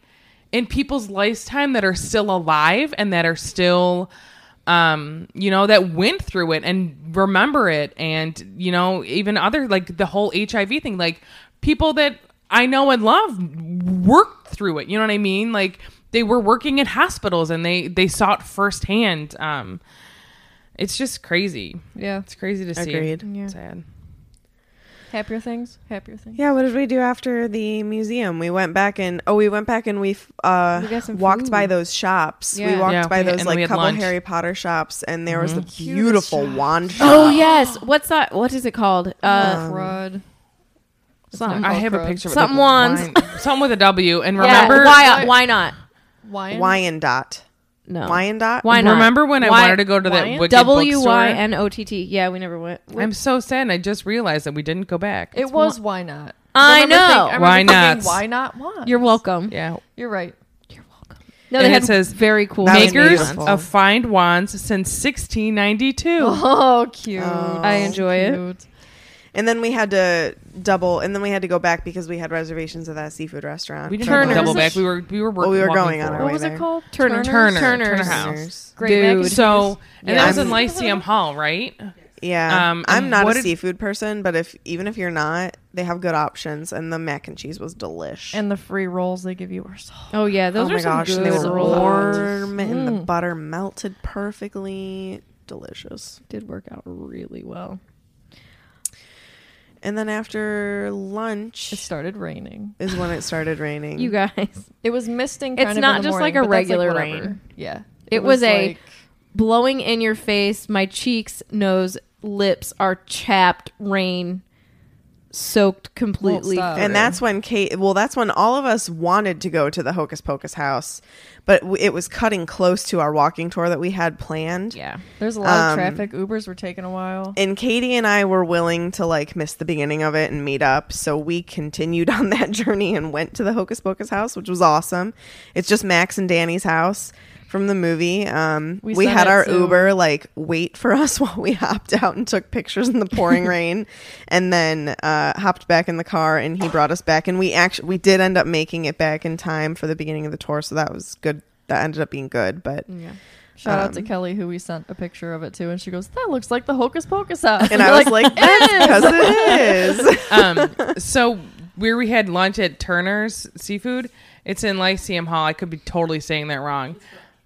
Speaker 2: in people's lifetime that are still alive and that are still um you know that went through it and remember it and you know even other like the whole hiv thing like people that I know and love worked through it. You know what I mean? Like they were working in hospitals and they they saw it firsthand. Um, it's just crazy.
Speaker 5: yeah.
Speaker 2: It's crazy to see.
Speaker 4: Agreed.
Speaker 1: Yeah.
Speaker 2: Sad.
Speaker 5: Happier things. Happier things.
Speaker 4: Yeah, what did we do after the museum? We went back and oh, we went back and we f- uh
Speaker 1: We got some
Speaker 4: walked by
Speaker 1: food.
Speaker 4: those shops.
Speaker 1: Yeah.
Speaker 4: We walked
Speaker 2: Yeah, we-
Speaker 4: by those
Speaker 2: and we
Speaker 4: like
Speaker 2: had
Speaker 4: couple
Speaker 2: lunch.
Speaker 4: Harry Potter shops, and there was the beautiful wand shop.
Speaker 1: Oh yes. What's that? What is it called? Uh,
Speaker 5: Crud.
Speaker 1: something.
Speaker 2: I have a
Speaker 5: crud.
Speaker 2: picture.
Speaker 1: Something
Speaker 2: with
Speaker 1: wands.
Speaker 2: wine- something with a W. And
Speaker 1: Yeah,
Speaker 2: remember,
Speaker 1: why? uh, Why not?
Speaker 5: Wine.
Speaker 4: Wyandotte.
Speaker 2: Oh.
Speaker 1: No.
Speaker 4: Wyandotte.
Speaker 1: Why not?
Speaker 2: remember when I
Speaker 1: Why-
Speaker 2: wanted to go to that
Speaker 5: wine?
Speaker 2: wicked
Speaker 1: W
Speaker 2: bookstore?
Speaker 1: y n o t t. Yeah, we never went.
Speaker 2: I'm so sad. and I just realized that we didn't go back.
Speaker 5: It was why not?
Speaker 1: I
Speaker 5: remember think-
Speaker 1: know.
Speaker 5: I remember
Speaker 2: Why not?
Speaker 5: thinking, Why not? Why?
Speaker 1: You're welcome.
Speaker 2: yeah.
Speaker 5: You're right.
Speaker 1: No,
Speaker 2: And
Speaker 1: they
Speaker 2: it
Speaker 1: had
Speaker 2: says,
Speaker 1: very cool
Speaker 4: That was
Speaker 1: handmade
Speaker 2: Makers
Speaker 1: ones.
Speaker 4: beautiful.
Speaker 2: of fine wands since 1692.
Speaker 5: Oh, cute.
Speaker 1: I enjoy it.
Speaker 4: And then we had to double, and then we had to go back because we had reservations at that seafood restaurant.
Speaker 2: We didn't
Speaker 1: Turner's.
Speaker 2: double back. We were we were working.
Speaker 4: Well, we were
Speaker 2: walking
Speaker 4: going on our
Speaker 2: forward.
Speaker 5: What
Speaker 4: way
Speaker 5: was it
Speaker 4: there.
Speaker 5: called?
Speaker 1: Turner,
Speaker 2: Turner.
Speaker 1: Turner
Speaker 2: Turner House.
Speaker 5: Great mac and
Speaker 1: Dude.
Speaker 2: So and that was
Speaker 4: Yeah.
Speaker 2: in Lyceum Hall, right?
Speaker 4: Yeah,
Speaker 2: Um,
Speaker 4: I'm
Speaker 2: and
Speaker 4: not
Speaker 2: what did-
Speaker 4: a seafood person, but if even if you're not, they have good options, and the mac and cheese was delish.
Speaker 5: And the free rolls they give you are so
Speaker 1: Oh yeah, those
Speaker 4: oh
Speaker 1: are
Speaker 4: my
Speaker 1: some
Speaker 4: gosh,
Speaker 1: good
Speaker 4: and they were
Speaker 1: roll outs.
Speaker 4: warm, and the butter melted perfectly, delicious.
Speaker 5: did work out really well.
Speaker 4: And then after lunch
Speaker 5: It started raining.
Speaker 4: is when it started raining.
Speaker 1: You guys,
Speaker 5: It was misting.
Speaker 1: It's
Speaker 5: kind of in
Speaker 1: not
Speaker 5: the
Speaker 1: just like
Speaker 5: morning,
Speaker 1: a
Speaker 5: but that's,
Speaker 1: regular
Speaker 5: whatever.
Speaker 1: rain.
Speaker 5: Yeah,
Speaker 1: It was a-
Speaker 5: like-
Speaker 1: blowing in your face. My cheeks, nose, lips are chapped. Rain soaked completely.
Speaker 5: stop.
Speaker 1: through.
Speaker 4: and that's when Kate. Well, that's when all of us wanted to go to the Hocus Pocus house, but w- it was cutting close to our walking tour that we had planned.
Speaker 1: yeah.
Speaker 5: there's a
Speaker 4: um,
Speaker 5: lot of traffic. Ubers were taking a while.
Speaker 4: And Katie and I were willing to like miss the beginning of it and meet up, so we continued on that journey and went to the Hocus Pocus house, which was awesome. It's just Max and Danny's house from the movie. Um,
Speaker 5: We
Speaker 4: we,
Speaker 5: saw
Speaker 4: had
Speaker 5: that
Speaker 4: our
Speaker 5: too.
Speaker 4: Uber like wait for us while we hopped out and took pictures in the pouring rain, and then uh, hopped back in the car and he brought us back. And we actually we did end up making it back in time for the beginning of the tour, so that was good. That ended up being good, but
Speaker 1: Yeah.
Speaker 5: Shout
Speaker 4: Um,
Speaker 5: out to Kelly who we sent a picture of it to, and she goes, "That looks like the Hocus Pocus house."
Speaker 4: and I was like, that's because it is.
Speaker 2: Um, so where we had lunch at Turner's Seafood, it's in Lyceum Hall. I could be totally saying that wrong.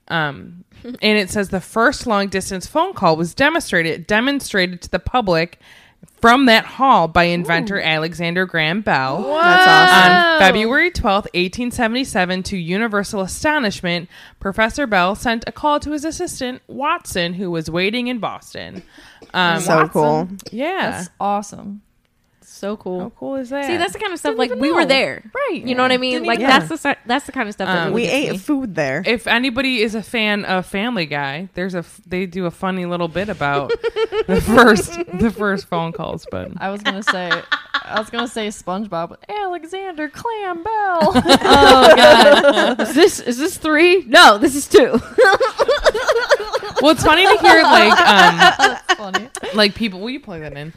Speaker 2: Um, and it says the first long distance phone call was demonstrated demonstrated to the public from that hall by inventor Alexander Graham Bell.
Speaker 4: That's awesome.
Speaker 2: On February 12th, 1877, to universal astonishment, Professor Bell sent a call to his assistant, Watson, who was waiting in Boston. Um,
Speaker 4: so cool.
Speaker 2: Yeah.
Speaker 5: That's awesome. So cool.
Speaker 2: How cool is that?
Speaker 1: See, that's the kind of stuff
Speaker 5: Didn't
Speaker 1: like
Speaker 5: even
Speaker 1: we were
Speaker 5: know.
Speaker 1: there,
Speaker 5: Right.
Speaker 1: You know what I mean?
Speaker 5: Didn't
Speaker 1: like
Speaker 5: even
Speaker 1: that's the si- that's the kind of stuff that
Speaker 2: Um,
Speaker 1: really
Speaker 4: We
Speaker 1: gets
Speaker 4: ate
Speaker 1: me.
Speaker 4: food there.
Speaker 2: if anybody is a fan of Family Guy, there's a f- they do a funny little bit about the first the first phone calls, but
Speaker 5: I was gonna say, I was gonna say SpongeBob. but Alexander Clam Bell. oh god,
Speaker 1: is this is this three? No, this is two.
Speaker 2: well, it's funny to hear like um,
Speaker 5: that's funny.
Speaker 2: like people. Will you play that in?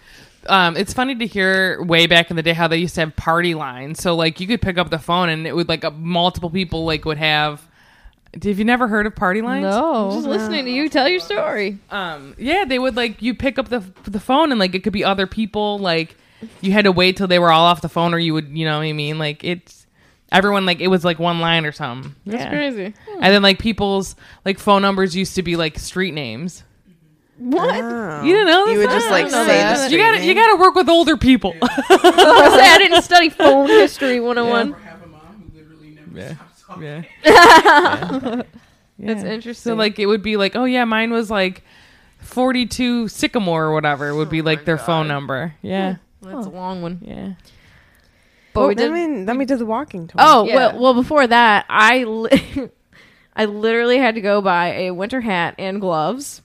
Speaker 2: Um, it's funny to hear way back in the day how they used to have party lines. So like you could pick up the phone and it would like uh, multiple people like would have. Have you never heard of party lines?
Speaker 1: Just
Speaker 5: No,
Speaker 1: listening to you tell your story.
Speaker 2: um yeah they would like you pick up the the phone and like it could be other people like you had to wait till they were all off the phone or you would you know what i mean like it's everyone like it was like one line or something yeah.
Speaker 1: Crazy.
Speaker 2: and then like people's like phone numbers used to be like street names
Speaker 1: What?
Speaker 2: you didn't know
Speaker 4: You
Speaker 2: this?
Speaker 4: would just
Speaker 2: I
Speaker 4: like
Speaker 2: didn't know
Speaker 4: say
Speaker 2: that.
Speaker 4: the
Speaker 2: you
Speaker 4: street
Speaker 2: gotta you
Speaker 4: name.
Speaker 2: gotta work with older people
Speaker 1: I, was gonna say, I didn't study phone history 101.
Speaker 6: Or have a mom who literally never
Speaker 2: Yeah.
Speaker 6: stops talking.
Speaker 2: yeah.
Speaker 1: That's
Speaker 2: Yeah.
Speaker 1: interesting.
Speaker 2: So like it would be like, oh yeah, mine was like forty two Sycamore or whatever would be like their phone number. Yeah.
Speaker 1: that's a long one.
Speaker 2: Yeah.
Speaker 1: But
Speaker 4: Well,
Speaker 1: we did.
Speaker 4: then, we, then we did the walking tour.
Speaker 1: oh
Speaker 5: Yeah.
Speaker 1: well. Well, before that, I li- I literally had to go buy a winter hat and gloves,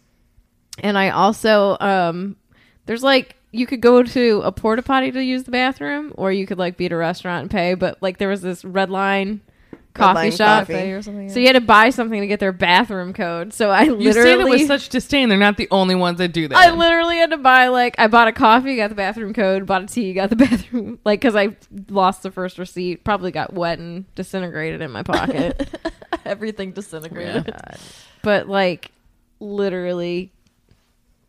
Speaker 1: and I also um there's like you could go to a porta potty to use the bathroom, or you could like be at a restaurant and pay. But like there was this red line coffee
Speaker 4: Line
Speaker 1: shop.
Speaker 4: Coffee.
Speaker 5: Cafe or something.
Speaker 1: So you had to buy something to get their bathroom code. So I
Speaker 2: You say that
Speaker 1: literally
Speaker 2: with such disdain. They're not the only ones that do that.
Speaker 1: I literally had to buy like I bought a coffee, got the bathroom code, bought a tea, got the bathroom like because I lost the first receipt, probably got wet and disintegrated in my pocket.
Speaker 5: everything disintegrated.
Speaker 1: but like literally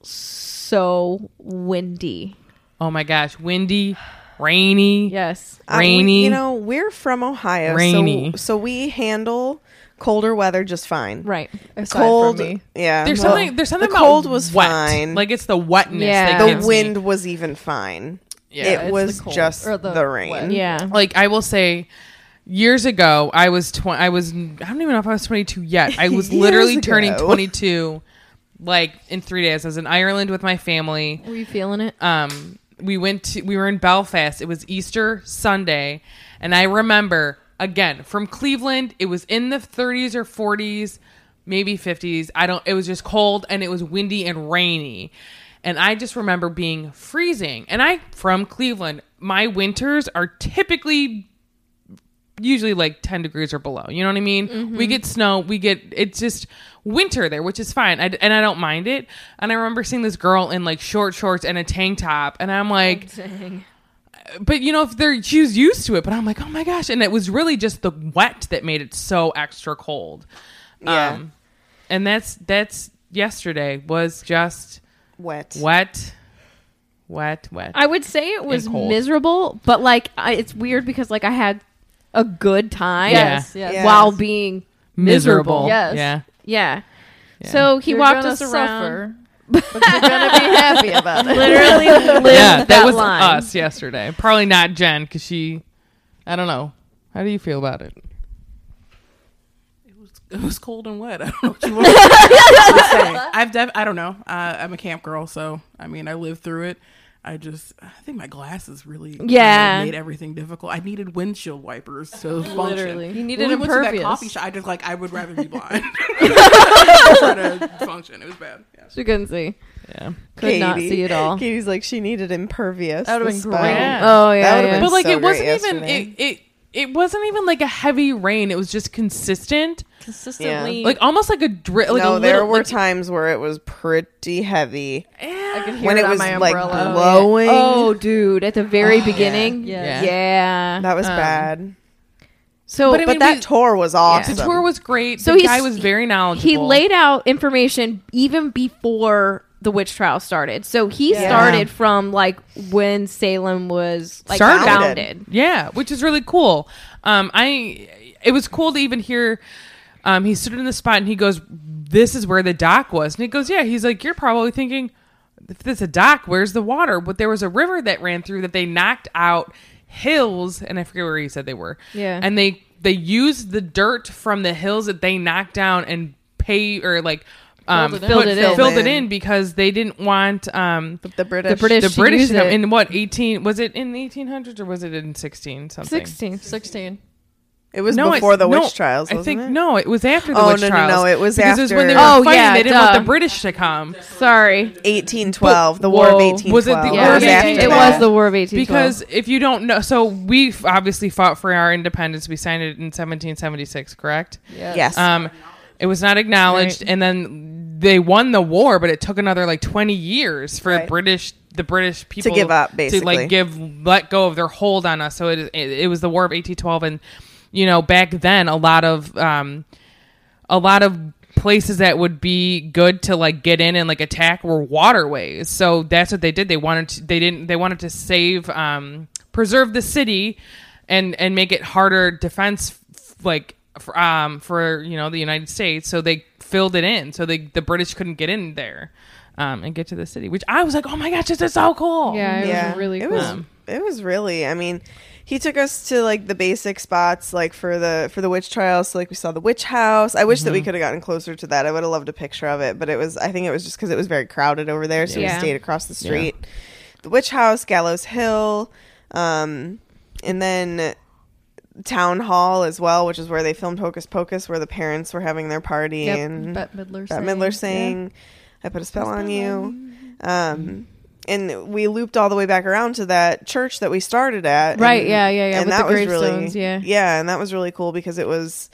Speaker 1: so windy.
Speaker 2: oh my gosh, windy, rainy.
Speaker 1: Yes.
Speaker 4: I- Uh, we-
Speaker 2: rainy.
Speaker 4: you know, we're from Ohio,
Speaker 2: Rainy.
Speaker 4: so so we handle colder weather just fine.
Speaker 1: Right.
Speaker 5: Aside from
Speaker 4: Cold,
Speaker 5: me.
Speaker 4: yeah.
Speaker 2: There's
Speaker 4: well,
Speaker 2: something. There's something
Speaker 4: The
Speaker 2: about
Speaker 4: cold was
Speaker 2: wet.
Speaker 4: fine.
Speaker 2: Like it's the wetness.
Speaker 1: Yeah.
Speaker 2: that
Speaker 1: The
Speaker 4: the
Speaker 2: gets me.
Speaker 4: wind was even fine.
Speaker 2: Yeah.
Speaker 5: it's the
Speaker 4: it was
Speaker 5: cold.
Speaker 4: just
Speaker 5: Or the
Speaker 4: the,
Speaker 5: wet.
Speaker 4: rain.
Speaker 1: Yeah.
Speaker 2: Like I will say, years ago, I was tw- I was I don't even know if I was 22 yet. I was
Speaker 4: Years
Speaker 2: literally turning
Speaker 4: ago.
Speaker 2: 22, like in three days. I was in Ireland with my family.
Speaker 1: Were you feeling it?
Speaker 2: um we went to we were in Belfast. It was Easter Sunday, and I remember again from Cleveland. It was in the 30s or 40s, maybe 50s. I don't. It was just cold and it was windy and rainy, and I just remember being freezing. And I from Cleveland. My winters are typically usually like 10 degrees or below. You know what I mean? We get snow, we get it's just winter there, which is fine. I, and I don't mind it. And I remember seeing this girl in like short shorts and a tank top and I'm like but you know if they're she was used to it, but I'm like, "Oh my gosh." And it was really just the wet that made it so extra cold. Um,
Speaker 4: Yeah.
Speaker 2: and that's that's yesterday was just
Speaker 4: Wet.
Speaker 2: wet wet wet.
Speaker 1: I would say it was
Speaker 2: cold.
Speaker 1: miserable, but like I, it's weird because like I had a good time
Speaker 5: Yes,
Speaker 2: Yeah.
Speaker 5: yes.
Speaker 4: Yeah.
Speaker 1: while being miserable.
Speaker 2: miserable.
Speaker 5: Yes.
Speaker 2: Yeah.
Speaker 1: yeah. So he walked us around.
Speaker 5: but you're gonna be happy about it.
Speaker 1: literally lived
Speaker 2: yeah,
Speaker 1: that,
Speaker 2: that, was
Speaker 1: line.
Speaker 2: us yesterday. Probably not Jen because she, I don't know. How do you feel about it?
Speaker 6: It was, it was cold and wet. I don't know what you want me to say. I've def- I don't know. Uh, I'm a camp girl, so I mean, I lived through it. I just, I think my glasses really, you know,
Speaker 1: Yeah.
Speaker 6: made everything difficult. I needed windshield wipers to function.
Speaker 1: Literally.
Speaker 5: You
Speaker 6: When
Speaker 5: needed
Speaker 6: we went to that
Speaker 5: impervious.
Speaker 6: coffee shop, I just like I would rather be blind to function. It was bad. Yeah.
Speaker 1: She couldn't see.
Speaker 2: Yeah,
Speaker 1: Could not see at all.
Speaker 4: Katie's like she needed impervious.
Speaker 5: That would've
Speaker 4: the
Speaker 5: been
Speaker 4: spell.
Speaker 5: great.
Speaker 2: Yeah.
Speaker 1: Oh yeah, yeah.
Speaker 4: would've been
Speaker 2: but like
Speaker 4: so
Speaker 2: it wasn't
Speaker 4: great
Speaker 2: even
Speaker 4: yesterday.
Speaker 2: it, it it wasn't even like a heavy rain. It was just consistent,
Speaker 5: Consistently,
Speaker 2: like almost like a drill. Like
Speaker 4: no,
Speaker 2: a
Speaker 4: there
Speaker 2: little,
Speaker 4: were
Speaker 2: like-
Speaker 4: times where it was pretty heavy
Speaker 5: I could hear
Speaker 4: when
Speaker 5: it,
Speaker 4: it
Speaker 5: on
Speaker 4: was
Speaker 5: my
Speaker 4: like
Speaker 5: umbrella.
Speaker 4: blowing.
Speaker 1: Oh, dude, at the very beginning.
Speaker 5: Yeah.
Speaker 1: Yeah.
Speaker 4: that was bad.
Speaker 1: So,
Speaker 2: Um, But I
Speaker 1: but,
Speaker 2: mean,
Speaker 4: But that
Speaker 2: we-
Speaker 4: tour was
Speaker 2: the
Speaker 4: awesome.
Speaker 2: tour was great.
Speaker 1: So
Speaker 2: the
Speaker 1: he's-
Speaker 2: guy was very knowledgeable.
Speaker 1: he laid out information even before the witch trial started. So he started from like when Salem was like
Speaker 2: Started.
Speaker 1: founded.
Speaker 2: Yeah, which is really cool. Um, I it was cool to even hear. Um, he stood in the spot and he goes, "This is where the dock was," and he goes, "Yeah." He's like, "You're probably thinking." if there's a dock, where's the water? But there was a river that ran through that they knocked out hills, and I forget where you said they were.
Speaker 1: Yeah.
Speaker 2: and they they used the dirt from the hills that they knocked down and pay or like um,
Speaker 1: Filled it in. Filled it
Speaker 2: filled, it in.
Speaker 1: in.
Speaker 2: filled it in because they didn't want um,
Speaker 4: The British.
Speaker 1: British-
Speaker 2: the
Speaker 1: to
Speaker 2: British
Speaker 1: use
Speaker 2: to come
Speaker 1: it.
Speaker 2: in what eighteen was it in the eighteen hundreds or was it in sixteen something?
Speaker 1: 16.
Speaker 5: 16.
Speaker 4: It was
Speaker 2: I-
Speaker 4: before the
Speaker 2: no,
Speaker 4: witch trials.
Speaker 2: I
Speaker 4: wasn't
Speaker 2: think
Speaker 4: it?
Speaker 2: no, it was after the
Speaker 4: Oh,
Speaker 2: witch
Speaker 4: no, no,
Speaker 2: trials.
Speaker 4: no, it was
Speaker 2: because it was when they were
Speaker 1: after- Oh,
Speaker 2: fighting.
Speaker 1: yeah,
Speaker 2: they didn't want the
Speaker 1: duh.
Speaker 2: British to come.
Speaker 1: Sorry.
Speaker 4: 1812, the War of
Speaker 2: Whoa.
Speaker 4: 1812.
Speaker 2: Was it the
Speaker 1: Yeah,
Speaker 2: War
Speaker 4: was
Speaker 2: of
Speaker 4: after
Speaker 2: 1812?
Speaker 1: it
Speaker 4: that.
Speaker 1: was the War of 1812.
Speaker 2: Because if you don't know, so we f- obviously fought for our independence. We signed it in 1776, correct?
Speaker 4: yes.
Speaker 2: Um, it was not acknowledged, and then they won the war, but it took another like 20 years for
Speaker 4: Right.
Speaker 2: British the British people
Speaker 4: give up,
Speaker 2: to
Speaker 4: basically.
Speaker 2: like give let go of their hold on us. So it it, it was the War of 1812, and you know back then a lot of um, a lot of places that would be good to like get in and like attack were waterways. So that's what they did. They wanted to, they didn't they wanted to save um preserve the city and and make it harder defense f- like for, um for you know the United States. So they filled it in so they the British couldn't get in there um and get to the city, which I was like, "Oh my gosh, this is so cool."
Speaker 1: yeah, it
Speaker 4: yeah.
Speaker 1: was really
Speaker 4: it
Speaker 1: cool. Um,
Speaker 4: was it was really. I mean, he took us to like the basic spots like for the for the witch trials, so like we saw the witch house. I wish that
Speaker 1: Mm-hmm.
Speaker 4: we could have gotten closer to that. I would have loved a picture of it, but it was I think it was just cuz it was very crowded over there, so we
Speaker 1: Yeah.
Speaker 4: stayed across the street. The witch house, Gallows Hill, um and then town hall as well, which is where they filmed Hocus Pocus where the parents were having their party
Speaker 5: Yep.
Speaker 4: and
Speaker 5: Bette Midler
Speaker 4: Bette
Speaker 5: sang.
Speaker 4: Midler saying, "I put a spell on you," um, and we looped all the way back around to that church that we started at.
Speaker 1: Right,
Speaker 4: and-
Speaker 1: yeah, yeah, yeah,
Speaker 4: And
Speaker 1: with
Speaker 4: that
Speaker 1: the
Speaker 4: was really,
Speaker 1: gravestones, yeah.
Speaker 4: yeah, and that was really cool because it was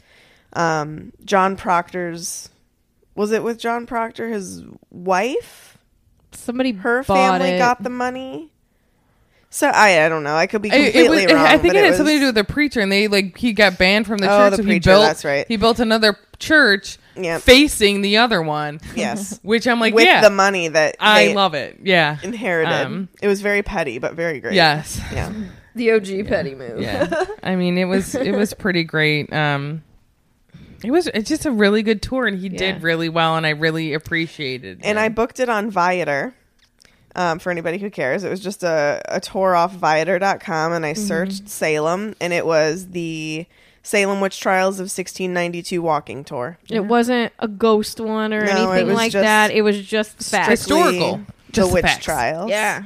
Speaker 4: um, John Proctor's. Was it with John Proctor, his wife?
Speaker 1: Somebody
Speaker 4: Her
Speaker 1: bought
Speaker 4: family
Speaker 1: it.
Speaker 4: got the money. So I, I don't know. I could be
Speaker 2: I-
Speaker 4: completely
Speaker 2: it was,
Speaker 4: wrong.
Speaker 2: I think
Speaker 4: but
Speaker 2: it, had
Speaker 4: was,
Speaker 2: something to do with the preacher, and they like he got banned from the
Speaker 4: Oh,
Speaker 2: church.
Speaker 4: the
Speaker 2: so
Speaker 4: preacher,
Speaker 2: He built,
Speaker 4: that's right.
Speaker 2: He built another church
Speaker 4: Yep.
Speaker 2: facing the other one.
Speaker 4: Yes.
Speaker 2: which I'm like,
Speaker 4: with
Speaker 2: yeah,
Speaker 4: the money that
Speaker 2: I
Speaker 4: they
Speaker 2: love it. Yeah,
Speaker 4: inherited.
Speaker 2: Um,
Speaker 4: it was very petty, but very great.
Speaker 2: yes,
Speaker 4: Yeah.
Speaker 5: The OG petty move.
Speaker 2: yeah. I mean, it was it was pretty great. Um, it was it's just a really good tour, and he
Speaker 1: Yeah.
Speaker 2: did really well, and I really appreciated.
Speaker 4: and
Speaker 2: it.
Speaker 4: I booked it on Viator. Um, for anybody who cares, it was just a, a tour off Viator.com, and I
Speaker 1: Mm-hmm.
Speaker 4: searched Salem, and it was the Salem Witch Trials of 1692 walking tour.
Speaker 1: It wasn't a ghost one or
Speaker 4: No, it
Speaker 1: anything
Speaker 4: was
Speaker 1: like
Speaker 4: just
Speaker 1: that. It was just the facts.
Speaker 4: Strictly
Speaker 2: Historical.
Speaker 4: The
Speaker 2: Just the
Speaker 4: witch
Speaker 2: facts.
Speaker 4: trials.
Speaker 1: Yeah.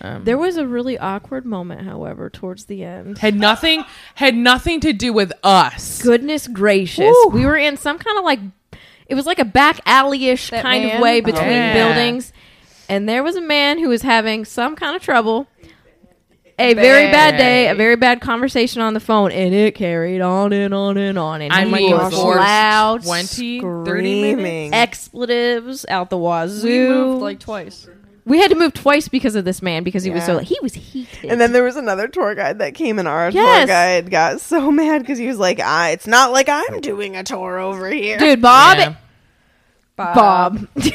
Speaker 2: Um,
Speaker 1: there was a really awkward moment, however, towards the end.
Speaker 2: had nothing had nothing to do with us.
Speaker 1: Goodness gracious.
Speaker 2: Whew.
Speaker 1: We were in some kind of like, it was like a back alley ish
Speaker 5: That
Speaker 1: kind
Speaker 5: man?
Speaker 1: of way between
Speaker 2: Yeah.
Speaker 1: buildings. And there was a man who was having some kind of trouble. A very bad day, a very bad conversation on the phone, and it carried on and on and on. And
Speaker 2: I
Speaker 1: he
Speaker 2: mean,
Speaker 1: was
Speaker 2: for
Speaker 1: loud,
Speaker 2: 20, 30 minutes.
Speaker 4: Screaming.
Speaker 1: expletives out the wazoo.
Speaker 5: We moved like twice.
Speaker 1: We had to move twice because of this man because he was so
Speaker 4: Yeah.
Speaker 1: he was heated.
Speaker 4: And then there was another tour guide that came, and our tour
Speaker 1: Yes.
Speaker 4: guide got so mad because he was like, I, "It's not like I'm doing a tour over here."
Speaker 1: dude, Bob,
Speaker 2: Yeah.
Speaker 1: Bob,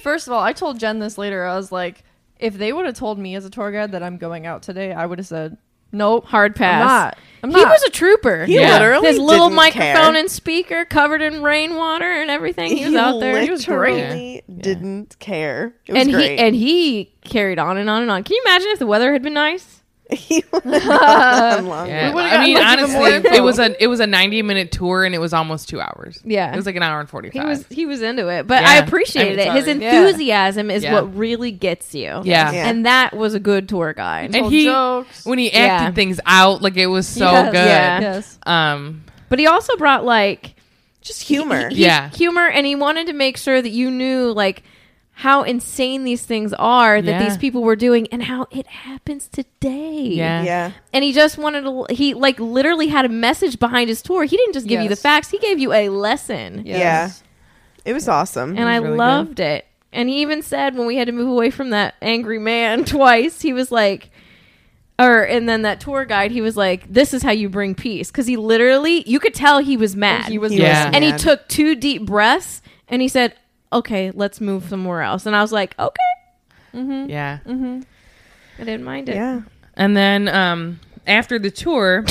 Speaker 5: First of all, I told Jen this later. I was like, if they would have told me as a tour guide that I'm going out today, I would have said, nope.
Speaker 1: hard pass.
Speaker 5: I'm not. I'm
Speaker 1: He
Speaker 5: not.
Speaker 1: was a trooper.
Speaker 4: He
Speaker 2: Yeah.
Speaker 4: literally
Speaker 1: His little
Speaker 4: didn't
Speaker 1: microphone
Speaker 4: care.
Speaker 1: and speaker covered in rainwater and everything. He was out there. He was great.
Speaker 4: literally Didn't care. It was
Speaker 1: And
Speaker 4: great.
Speaker 1: he and he carried on and on and on. Can you imagine if the weather had been nice?
Speaker 4: he was on long
Speaker 2: Yeah.
Speaker 5: would've
Speaker 2: I mean,
Speaker 5: gotten, like, even more
Speaker 2: honestly,
Speaker 5: info.
Speaker 2: it was a it was a ninety minute tour, and it was almost two hours.
Speaker 1: Yeah.
Speaker 2: it was like an hour and forty
Speaker 1: He
Speaker 2: five.
Speaker 1: was he was into it, but
Speaker 2: Yeah.
Speaker 1: I
Speaker 2: I mean,
Speaker 1: appreciated it. His
Speaker 2: sorry.
Speaker 5: Yeah.
Speaker 1: enthusiasm is
Speaker 2: Yeah.
Speaker 1: what really gets you.
Speaker 2: yeah.
Speaker 4: Yeah.
Speaker 1: and that was a good tour guide.
Speaker 2: and
Speaker 5: told
Speaker 2: he
Speaker 5: jokes.
Speaker 2: when he acted
Speaker 1: Yeah.
Speaker 2: things out, like it was so
Speaker 5: Yes,
Speaker 2: good.
Speaker 1: yeah.
Speaker 5: Yes.
Speaker 2: Um,
Speaker 1: But he also brought like
Speaker 4: Just humor.
Speaker 2: he- Yeah.
Speaker 1: humor and he wanted to make sure that you knew like how insane these things are that
Speaker 2: Yeah.
Speaker 1: these people were doing and how it happens today
Speaker 2: yeah,
Speaker 4: yeah.
Speaker 1: and he just wanted to he like literally had a message behind his tour he didn't just give you the
Speaker 5: Yes.
Speaker 1: facts he gave you a lesson
Speaker 5: Yes.
Speaker 4: It was awesome.
Speaker 1: and i
Speaker 2: really good.
Speaker 1: loved it and he even said when we had to move away from that angry man twice he was like or and then that tour guide he was like this is how you bring peace because he literally you could tell he was mad
Speaker 5: He was
Speaker 4: He
Speaker 2: Yeah.
Speaker 4: was
Speaker 1: and he
Speaker 4: mad.
Speaker 1: took two deep breaths and he said okay let's move somewhere else and i was like okay
Speaker 2: yeah.
Speaker 1: Mm-hmm. i didn't mind it
Speaker 4: Yeah.
Speaker 2: And then um, after the tour,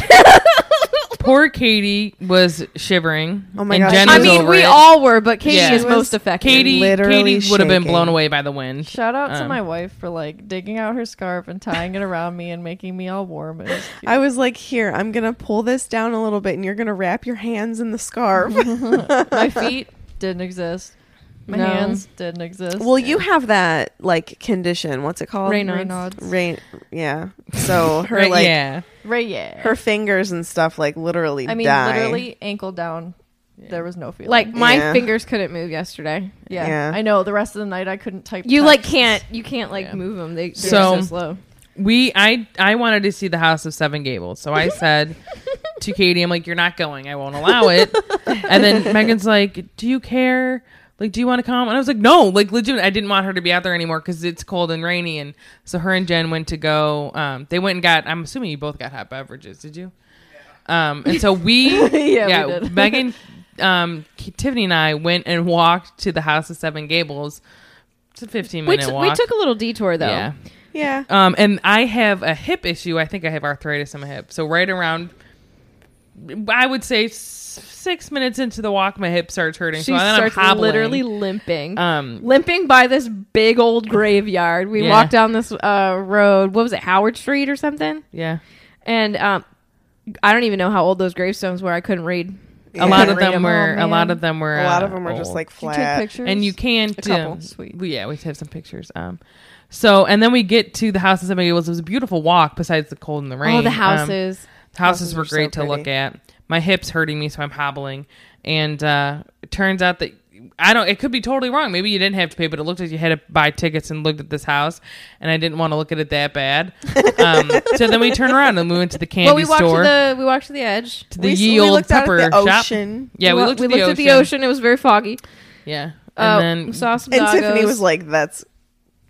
Speaker 2: Poor Katie was shivering.
Speaker 4: Oh my
Speaker 2: and
Speaker 4: gosh,
Speaker 2: Jen
Speaker 4: she
Speaker 1: I
Speaker 2: was
Speaker 1: mean,
Speaker 2: over
Speaker 1: we
Speaker 2: it.
Speaker 1: all were, but Katie
Speaker 2: Yeah.
Speaker 1: is
Speaker 2: She
Speaker 1: most affected.
Speaker 2: Katie,
Speaker 4: literally
Speaker 2: Katie would have been
Speaker 4: shaking.
Speaker 2: blown away by the wind.
Speaker 5: Shout out to
Speaker 2: Um,
Speaker 5: my wife for like digging out her scarf and tying it around me and making me all warm. It was cute.
Speaker 4: I was like, here, I'm gonna pull this down a little bit, and you're gonna wrap your hands in the scarf.
Speaker 5: my feet didn't exist. My
Speaker 1: No.
Speaker 5: hands didn't exist.
Speaker 4: well, you have that like condition. What's it called?
Speaker 1: Raynaud's.
Speaker 4: Rain. Yeah. So her
Speaker 2: right,
Speaker 4: like
Speaker 2: yeah.
Speaker 5: Right? Yeah.
Speaker 4: her fingers and stuff like literally.
Speaker 5: I mean,
Speaker 4: die.
Speaker 5: literally ankle down. There was no feeling.
Speaker 1: Like my
Speaker 4: Yeah.
Speaker 1: fingers couldn't move yesterday.
Speaker 5: yeah,
Speaker 4: Yeah.
Speaker 5: I know. The rest of the night, I couldn't type.
Speaker 1: You like
Speaker 5: texts.
Speaker 1: can't you can't like move them. They, they're so,
Speaker 2: So-
Speaker 1: slow.
Speaker 2: We I I wanted to see the House of Seven Gables, so I said to Katie, "I'm like, you're not going. I won't allow it." and then Megan's like, "Do you care? Like, do you want to come?" And I was like, "No, like legit. I didn't want her to be out there anymore because it's cold and rainy." And so her and Jen went to go. Um, they went and got. I'm assuming you both got hot beverages. Did you? Um, and so we,
Speaker 5: Yeah,
Speaker 2: yeah,
Speaker 5: we did.
Speaker 2: Megan, um, K- Tiffany and I went and walked to the House of Seven Gables. It's a 15
Speaker 1: We,
Speaker 2: minute
Speaker 1: t-
Speaker 2: walk.
Speaker 1: we took a little detour though.
Speaker 2: yeah.
Speaker 4: Yeah.
Speaker 2: Um, and I have a hip issue. I think I have arthritis in my hip. So right around, I would say s- six minutes into the walk, my hip starts hurting.
Speaker 1: She
Speaker 2: so then
Speaker 1: starts
Speaker 2: I'm hobbling.
Speaker 1: literally limping.
Speaker 2: Um,
Speaker 1: limping by this big old graveyard. We
Speaker 2: Yeah.
Speaker 1: walked down this uh, road. What was it, Howard Street or something?
Speaker 2: yeah.
Speaker 1: And um, I don't even know how old those gravestones were. I couldn't read.
Speaker 2: A lot of
Speaker 5: Couldn't read 'em
Speaker 2: them were.
Speaker 1: Oh,
Speaker 2: a
Speaker 5: all,
Speaker 2: lot
Speaker 5: man.
Speaker 2: of them were.
Speaker 4: A lot
Speaker 2: uh,
Speaker 4: of them are just
Speaker 2: old.
Speaker 4: like
Speaker 5: Did you take
Speaker 4: flat.
Speaker 5: pictures,
Speaker 2: And you can't.
Speaker 5: A couple.
Speaker 2: um,
Speaker 5: Sweet.
Speaker 2: we- yeah, we have some pictures. Um, so and then we get to the house of somebody else. It was a beautiful walk. Besides the cold and the rain.
Speaker 1: All the
Speaker 2: Um,
Speaker 1: houses.
Speaker 2: houses, were
Speaker 4: so
Speaker 2: great to look
Speaker 4: pretty.
Speaker 2: at. My hips hurting me, so I'm hobbling. And uh, it turns out that I don't. It could be totally wrong. Maybe you didn't have to pay, but it looked like you had to buy tickets and looked at this house. And I didn't want to look at it that bad. Um, so then we turn around and we went to the candy
Speaker 1: well, we walked to
Speaker 2: store,
Speaker 1: the we walked to the edge.
Speaker 2: to the
Speaker 4: We s-
Speaker 2: ye
Speaker 4: we
Speaker 2: olde
Speaker 4: looked out at
Speaker 2: pepper
Speaker 4: the
Speaker 2: shop.
Speaker 4: ocean.
Speaker 2: Yeah, we
Speaker 1: wa-
Speaker 2: looked,
Speaker 1: we
Speaker 2: at, the
Speaker 1: looked at the ocean. It was very foggy.
Speaker 2: Yeah,
Speaker 1: Uh,
Speaker 2: and
Speaker 1: we
Speaker 2: then
Speaker 1: saw some
Speaker 4: And
Speaker 1: doggos.
Speaker 4: Tiffany was like, "That's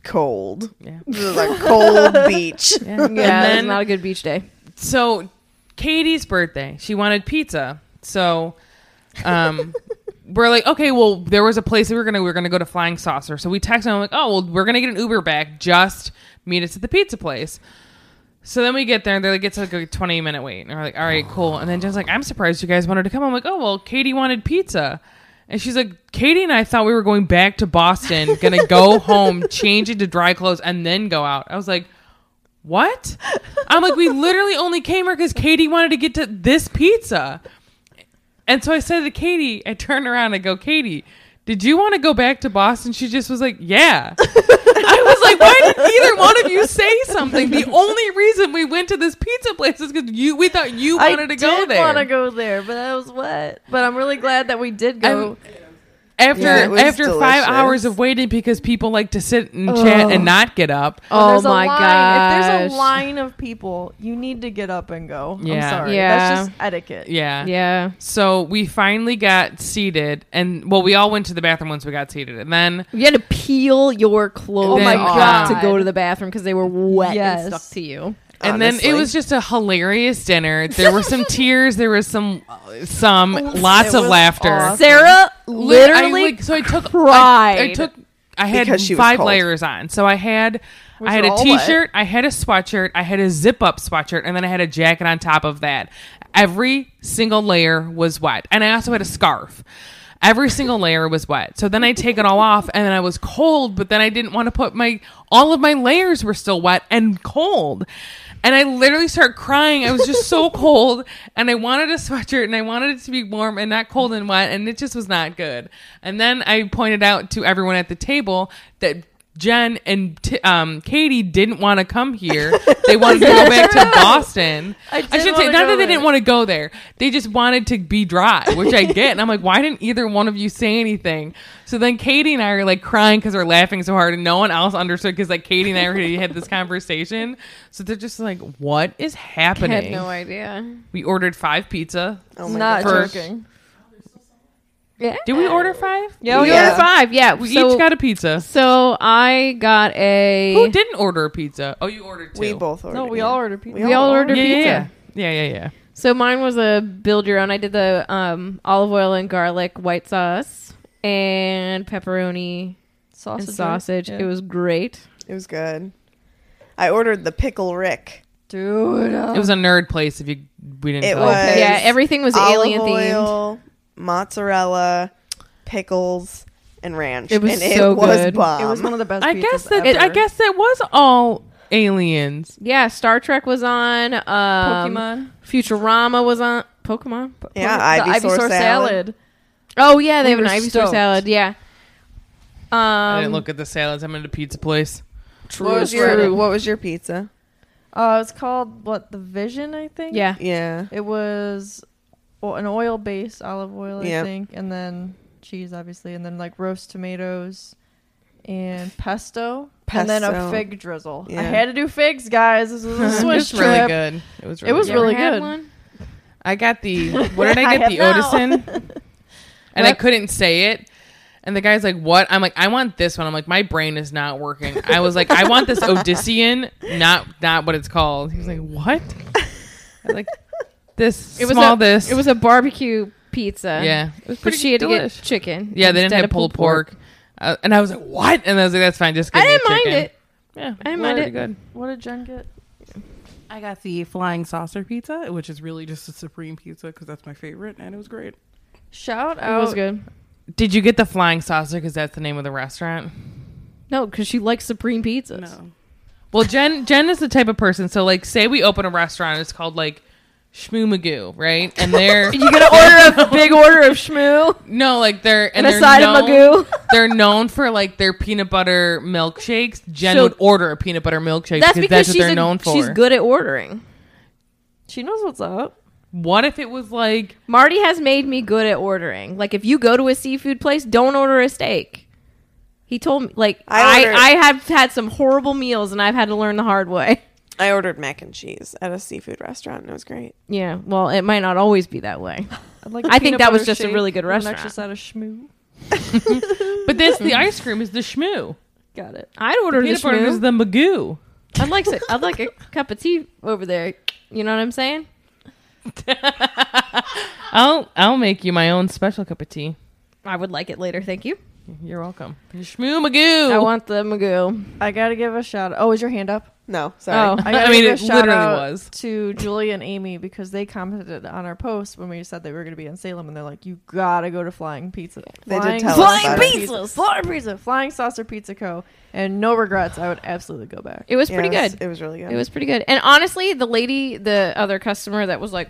Speaker 4: cold.
Speaker 2: Yeah.
Speaker 4: This is a cold beach."
Speaker 1: "Yeah, it was
Speaker 2: then-
Speaker 1: not a good beach day."
Speaker 2: so Katie's birthday, she wanted pizza. So um we're like, okay, well, there was a place that we were gonna we were gonna go to Flying Saucer. So we text him like, oh well, we're gonna get an Uber back. Just meet us at the pizza place. So then we get there and they're like, it's like a 20 minute wait. And we're like, all right, cool. And then Jen's like, I'm surprised you guys wanted to come. I'm like, oh, well, Katie wanted pizza. And she's like, Katie and I thought we were going back to Boston, gonna go home, change into dry clothes, and then go out. I was like, what? I'm like, we literally only came here because Katie wanted to get to this pizza. And so I said to Katie, I turned around and I go, Katie, did you want to go back to Boston? She just was like, yeah. I was like, why did either one of you say something? The only reason we went to this pizza place is because you we thought you
Speaker 5: I
Speaker 2: wanted to
Speaker 5: did
Speaker 2: go there.
Speaker 5: want to go there, but that was what. But I'm really glad that we did go.
Speaker 2: after
Speaker 4: Yeah, it was
Speaker 2: after five
Speaker 4: delicious.
Speaker 2: hours of waiting because people like to sit and chat and not get up.
Speaker 5: When
Speaker 1: Oh
Speaker 5: there's a
Speaker 1: my
Speaker 5: line-
Speaker 1: gosh!
Speaker 5: If there's a line of people, you need to get up and go. I'm
Speaker 2: Yeah.
Speaker 5: sorry.
Speaker 1: Yeah.
Speaker 5: That's just etiquette.
Speaker 2: Yeah.
Speaker 1: yeah,
Speaker 2: So we finally got seated, and well, we all went to the bathroom once we got seated, and then
Speaker 1: you had to peel your clothes.
Speaker 2: my
Speaker 1: off to
Speaker 5: God.
Speaker 1: go to the bathroom because they were wet
Speaker 5: Yes.
Speaker 1: and stuck to you.
Speaker 2: and then it
Speaker 4: Honestly.
Speaker 2: was just a hilarious dinner. There were some tears, there was some some lots
Speaker 5: It
Speaker 2: of
Speaker 5: was
Speaker 2: laughter.
Speaker 5: awesome.
Speaker 1: Sarah
Speaker 2: Lit- I,
Speaker 1: literally
Speaker 2: like, so I took
Speaker 1: cried.
Speaker 2: I, I took I had
Speaker 4: Because she was
Speaker 2: five
Speaker 4: cold.
Speaker 2: layers on. So I had I had
Speaker 5: are
Speaker 2: a
Speaker 5: all
Speaker 2: t-shirt, I had a sweatshirt, I had a zip-up sweatshirt, and then I had a jacket on top of that. Every single layer was wet, and I also had a scarf. Every single layer was wet. So then I take it all off, and then I was cold. But then I didn't want to put my all of my layers were still wet and cold. And I literally start crying. I was just so cold, and I wanted a sweatshirt, and I wanted it to be warm and not cold and wet, and it just was not good. And then I pointed out to everyone at the table that Jen and t- um, Katie didn't want to come here. They wanted to go back to Boston. I,
Speaker 5: did
Speaker 2: should
Speaker 5: wanna
Speaker 2: say not
Speaker 5: go
Speaker 2: that they
Speaker 5: there.
Speaker 2: didn't want to go there. They just wanted to be dry, which I get. And I'm like, why didn't either one of you say anything? So then Katie and I are like crying because we're laughing so hard, and no one else understood because like Katie and I already had this conversation. So they're just like, what is
Speaker 1: had
Speaker 2: happening?
Speaker 1: no idea.
Speaker 2: we ordered five pizza.
Speaker 4: Oh my
Speaker 5: Not
Speaker 4: God.
Speaker 2: gosh.
Speaker 5: joking.
Speaker 1: Uh, Yeah.
Speaker 2: Did we order five?
Speaker 5: Yeah,
Speaker 1: we
Speaker 5: yeah.
Speaker 1: ordered five. Yeah,
Speaker 2: We
Speaker 1: so,
Speaker 2: each got a pizza.
Speaker 1: So I got a.
Speaker 2: Who didn't order a pizza? Oh, you ordered two.
Speaker 4: We both ordered.
Speaker 5: No, we
Speaker 4: it.
Speaker 5: all ordered pizza.
Speaker 1: We all ordered
Speaker 2: yeah,
Speaker 1: pizza.
Speaker 2: yeah, yeah, yeah, yeah, yeah.
Speaker 1: So mine was a build your own. I did the um, olive oil and garlic white sauce and pepperoni
Speaker 5: sausage.
Speaker 1: and sausage.
Speaker 5: right?
Speaker 1: It was great.
Speaker 4: It was good. I ordered the pickle Rick.
Speaker 5: Dude.
Speaker 2: It was a nerd place. If you we didn't.
Speaker 4: It
Speaker 2: tell you.
Speaker 4: was.
Speaker 1: Yeah, everything was
Speaker 4: olive
Speaker 1: alien themed.
Speaker 4: oil, mozzarella, pickles, and ranch.
Speaker 5: It was
Speaker 4: and
Speaker 5: so
Speaker 4: it was
Speaker 5: good.
Speaker 4: bomb.
Speaker 5: uh, it was one of the best.
Speaker 2: I
Speaker 5: pizzas
Speaker 2: guess that
Speaker 5: ever.
Speaker 2: I guess it was all aliens.
Speaker 1: Yeah, Star Trek was on. Um,
Speaker 5: Pokemon.
Speaker 1: Futurama was on. Pokemon.
Speaker 4: yeah,
Speaker 5: the
Speaker 4: Ivy,
Speaker 5: Ivysaur
Speaker 4: salad.
Speaker 1: Oh yeah, they
Speaker 5: We
Speaker 1: have an
Speaker 5: were
Speaker 1: Ivy store
Speaker 5: stoked.
Speaker 1: salad. Yeah. Um,
Speaker 2: I didn't look at the salads. I'm at a pizza place.
Speaker 5: True.
Speaker 4: What was your What was your pizza?
Speaker 5: Uh, it's called what the Vision, I think.
Speaker 1: Yeah.
Speaker 4: Yeah,
Speaker 5: It was o- an oil based olive oil, I
Speaker 4: Yeah.
Speaker 5: think, and then cheese, obviously, and then like roast tomatoes and pesto, and then a
Speaker 4: Pesto.
Speaker 5: fig drizzle.
Speaker 4: Yeah.
Speaker 5: I had to do figs, guys. This was a
Speaker 2: It
Speaker 5: Swiss
Speaker 2: was
Speaker 5: trip.
Speaker 2: really good. It was. Really
Speaker 5: was
Speaker 2: good.
Speaker 5: really-
Speaker 1: You ever had
Speaker 5: good.
Speaker 1: one?
Speaker 2: I got the. What did I
Speaker 5: I
Speaker 2: get? the
Speaker 5: have now.
Speaker 2: Odison. and I couldn't say it. And the guy's like, "What?" I'm like, "I want this one." I'm like, "My brain is not working." I was like, "I want this Odyssean, not not what it's called." He was like, "What?" I was like, "This
Speaker 1: It was
Speaker 2: small
Speaker 1: a,
Speaker 2: this."
Speaker 1: It was a barbecue pizza.
Speaker 2: yeah. It was
Speaker 1: But
Speaker 2: pretty
Speaker 1: she had to
Speaker 2: delish.
Speaker 1: get chicken.
Speaker 2: Yeah,
Speaker 1: instead
Speaker 2: they didn't have
Speaker 1: of pulled
Speaker 2: pulled pork. Uh, and I was like, "What?" And I was like, "That's fine. Just give
Speaker 1: I
Speaker 2: me a
Speaker 1: didn't mind
Speaker 2: chicken."
Speaker 1: it.
Speaker 2: Yeah,
Speaker 1: I didn't mind
Speaker 2: pretty
Speaker 1: it.
Speaker 2: Good.
Speaker 5: What did Jen get?
Speaker 6: I got the flying saucer pizza, which is really just a supreme pizza because that's my favorite, and it was great.
Speaker 5: Shout
Speaker 1: It
Speaker 5: out.
Speaker 1: was good.
Speaker 2: Did you get the flying saucer? Because that's the name of the restaurant.
Speaker 1: No, because she likes supreme pizzas.
Speaker 6: No,
Speaker 2: Well, Jen Jen is the type of person. So, like, say we open a restaurant. It's called like Shmoomagoo, right? And they're
Speaker 1: You gotta order a big order of shmoo
Speaker 2: no, like they're and,
Speaker 1: and a
Speaker 2: they're
Speaker 1: side
Speaker 2: known,
Speaker 1: of magoo.
Speaker 2: They're known for like their peanut butter milkshakes. Jen
Speaker 1: She'll-
Speaker 2: would order a peanut butter milkshake
Speaker 1: That's because
Speaker 2: that's what
Speaker 1: she's
Speaker 2: they're
Speaker 1: a-
Speaker 2: known for.
Speaker 1: She's good at ordering.
Speaker 5: She knows what's up.
Speaker 2: What if it was like
Speaker 1: Marty has made me good at ordering. Like if you go to a seafood place, don't order a steak. He told me like
Speaker 4: I
Speaker 1: I,
Speaker 4: ordered-
Speaker 1: I, have had some horrible meals and I've had to learn the hard way.
Speaker 4: I ordered mac and cheese at a seafood restaurant, and it was great.
Speaker 1: Yeah, well, it might not always be that way.
Speaker 5: I'd like a
Speaker 1: I think
Speaker 5: peanut
Speaker 1: that
Speaker 5: butter
Speaker 1: was just a
Speaker 5: shake
Speaker 1: really good
Speaker 5: with an
Speaker 1: restaurant.
Speaker 5: Extra side of schmoo.
Speaker 2: but that's the ice cream is the shmoo.
Speaker 5: Got it.
Speaker 1: I'd order the
Speaker 2: Peanut butter is
Speaker 1: shmoo.
Speaker 2: the magoo.
Speaker 1: I'd like s- I'd like a cup of tea over there. You know what I'm saying?
Speaker 2: I'll I'll make you my own special cup of tea.
Speaker 1: I would like it later, thank you.
Speaker 2: You're welcome. Shmoomagoo.
Speaker 1: I want the magoo.
Speaker 5: I gotta give a shout. out. Oh, is your hand up?
Speaker 4: No, sorry.
Speaker 1: Oh.
Speaker 5: I, gotta
Speaker 2: I mean,
Speaker 5: give a
Speaker 2: it
Speaker 5: shout
Speaker 2: literally
Speaker 5: out
Speaker 2: was.
Speaker 5: to Julie and Amy because they commented on our post when we said they were going to be in Salem, and they're like, "You gotta go to Flying Pizza."
Speaker 4: They did
Speaker 5: flying
Speaker 4: tell us
Speaker 5: flying
Speaker 4: about it.
Speaker 5: pizza, flying pizza, flying saucer pizza co. And no regrets. I would absolutely go back.
Speaker 1: It was
Speaker 4: Yeah,
Speaker 1: pretty
Speaker 4: it was-
Speaker 1: good.
Speaker 4: It was really good.
Speaker 1: It was pretty good. And honestly, the lady, the other customer that was like,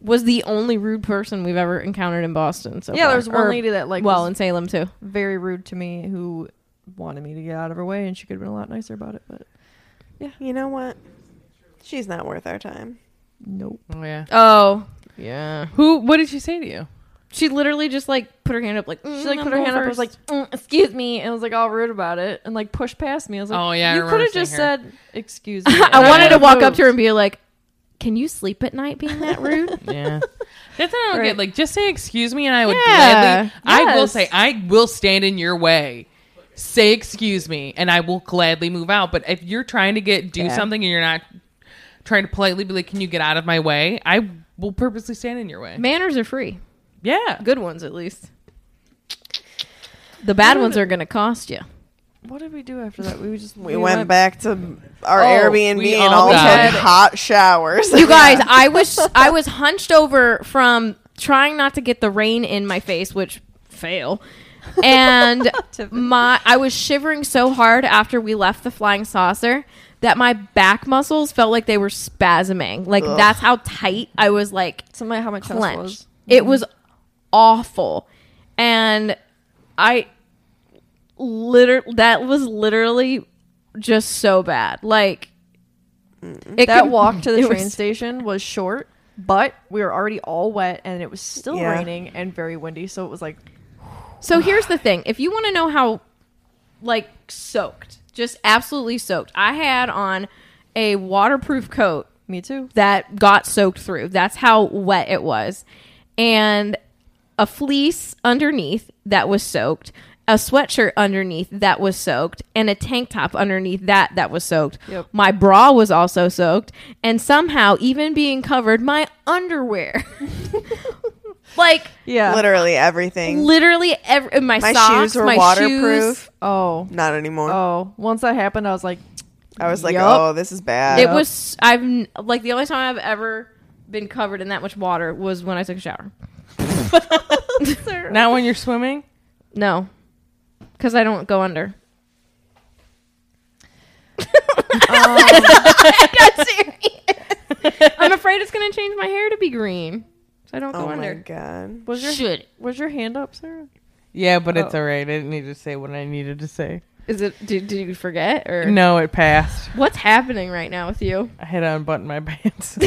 Speaker 1: was the only rude person we've ever encountered in Boston. So
Speaker 5: Yeah,
Speaker 1: far.
Speaker 5: there was one
Speaker 1: Or,
Speaker 5: lady that like
Speaker 1: well,
Speaker 5: was
Speaker 1: in Salem too.
Speaker 5: very rude to me who wanted me to get out of her way, and she could have been a lot nicer about it, but
Speaker 4: You know what? She's not worth our time.
Speaker 5: nope.
Speaker 2: Oh yeah.
Speaker 1: Oh, yeah.
Speaker 2: Who? What did she say to you?
Speaker 1: She literally just like put her hand up, like mm,
Speaker 5: She like
Speaker 1: I'm
Speaker 5: put her
Speaker 1: going
Speaker 5: hand up and was
Speaker 1: first.
Speaker 5: like, "Mm, "Excuse me," and was like all rude about it, and like pushed past me. I was like,
Speaker 2: Oh, yeah, I
Speaker 5: you
Speaker 2: remember
Speaker 5: could
Speaker 2: seeing
Speaker 5: have just
Speaker 2: her.
Speaker 5: said, "Excuse me."
Speaker 1: I wanted to
Speaker 5: would've
Speaker 1: walk up
Speaker 5: moved.
Speaker 1: to her and be like, "Can you sleep at night being that rude?"
Speaker 2: Yeah. That's what I don't
Speaker 1: Right.
Speaker 2: get. Like, just say excuse me, and I would
Speaker 1: Yeah.
Speaker 2: gladly. I will
Speaker 1: Yes.
Speaker 2: say I will stand in your way. Say excuse me, and I will gladly move out. But if you're trying to get do
Speaker 1: Yeah.
Speaker 2: something and you're not trying to politely be like, "Can you get out of my way?" I will purposely stand in your way.
Speaker 1: Manners are free.
Speaker 2: Yeah.
Speaker 1: Good ones, at least. The bad ones are gonna cost you.
Speaker 5: What did we do after that? We just
Speaker 4: We, went, back to our
Speaker 2: Oh,
Speaker 4: Airbnb
Speaker 2: we
Speaker 4: and
Speaker 2: all
Speaker 4: all
Speaker 2: died.
Speaker 4: had hot showers.
Speaker 1: You guys, I was I was hunched over from trying not to get the rain in my face, which fail. And my I was shivering so hard after we left the flying saucer that my back muscles felt like they were spasming. Like
Speaker 4: Ugh.
Speaker 1: that's how tight I was like
Speaker 5: Somebody how much house
Speaker 1: clenched.
Speaker 5: was. Mm-hmm.
Speaker 1: It was awful. And I liter that was literally just so bad. Like it
Speaker 5: Mm. That
Speaker 1: could-
Speaker 5: walk to the
Speaker 1: it
Speaker 5: train
Speaker 1: was-
Speaker 5: station was short, but we were already all wet and it was still
Speaker 4: Yeah.
Speaker 5: raining and very windy, so it was like
Speaker 1: So here's the thing: if you want to know how, like, soaked, just absolutely soaked, I had on a waterproof coat
Speaker 5: me too.
Speaker 1: that got soaked through. That's how wet it was, and a fleece underneath that was soaked, a sweatshirt underneath that was soaked, and a tank top underneath that that was soaked.
Speaker 5: Yep.
Speaker 1: My bra was also soaked, and somehow, even being covered, my underwear, like.
Speaker 5: Yeah.
Speaker 4: Literally everything.
Speaker 1: Literally, every my,
Speaker 4: my
Speaker 1: socks,
Speaker 4: shoes were
Speaker 1: my shoes-
Speaker 4: waterproof.
Speaker 5: Oh.
Speaker 4: Not anymore.
Speaker 5: Oh. Once that happened I was like
Speaker 4: I was like,
Speaker 1: Yup.
Speaker 4: oh, this is bad.
Speaker 1: It was I've n- like the only time I've ever been covered in that much water was when I took a shower.
Speaker 2: Not when you're swimming.
Speaker 1: No, because I don't go under.
Speaker 4: Um.
Speaker 1: I got serious. I'm afraid it's gonna change my hair to be green, so I don't
Speaker 4: Oh
Speaker 1: go
Speaker 4: my
Speaker 1: under.
Speaker 4: god.
Speaker 5: Was your
Speaker 1: Should
Speaker 5: was your hand up, Sarah?
Speaker 2: Yeah, but it's
Speaker 5: Oh.
Speaker 2: all right. I didn't need to say what I needed to say.
Speaker 1: is it? Did, did you forget or
Speaker 2: No, it passed.
Speaker 1: What's happening right now with you?
Speaker 2: I had to unbutton my pants.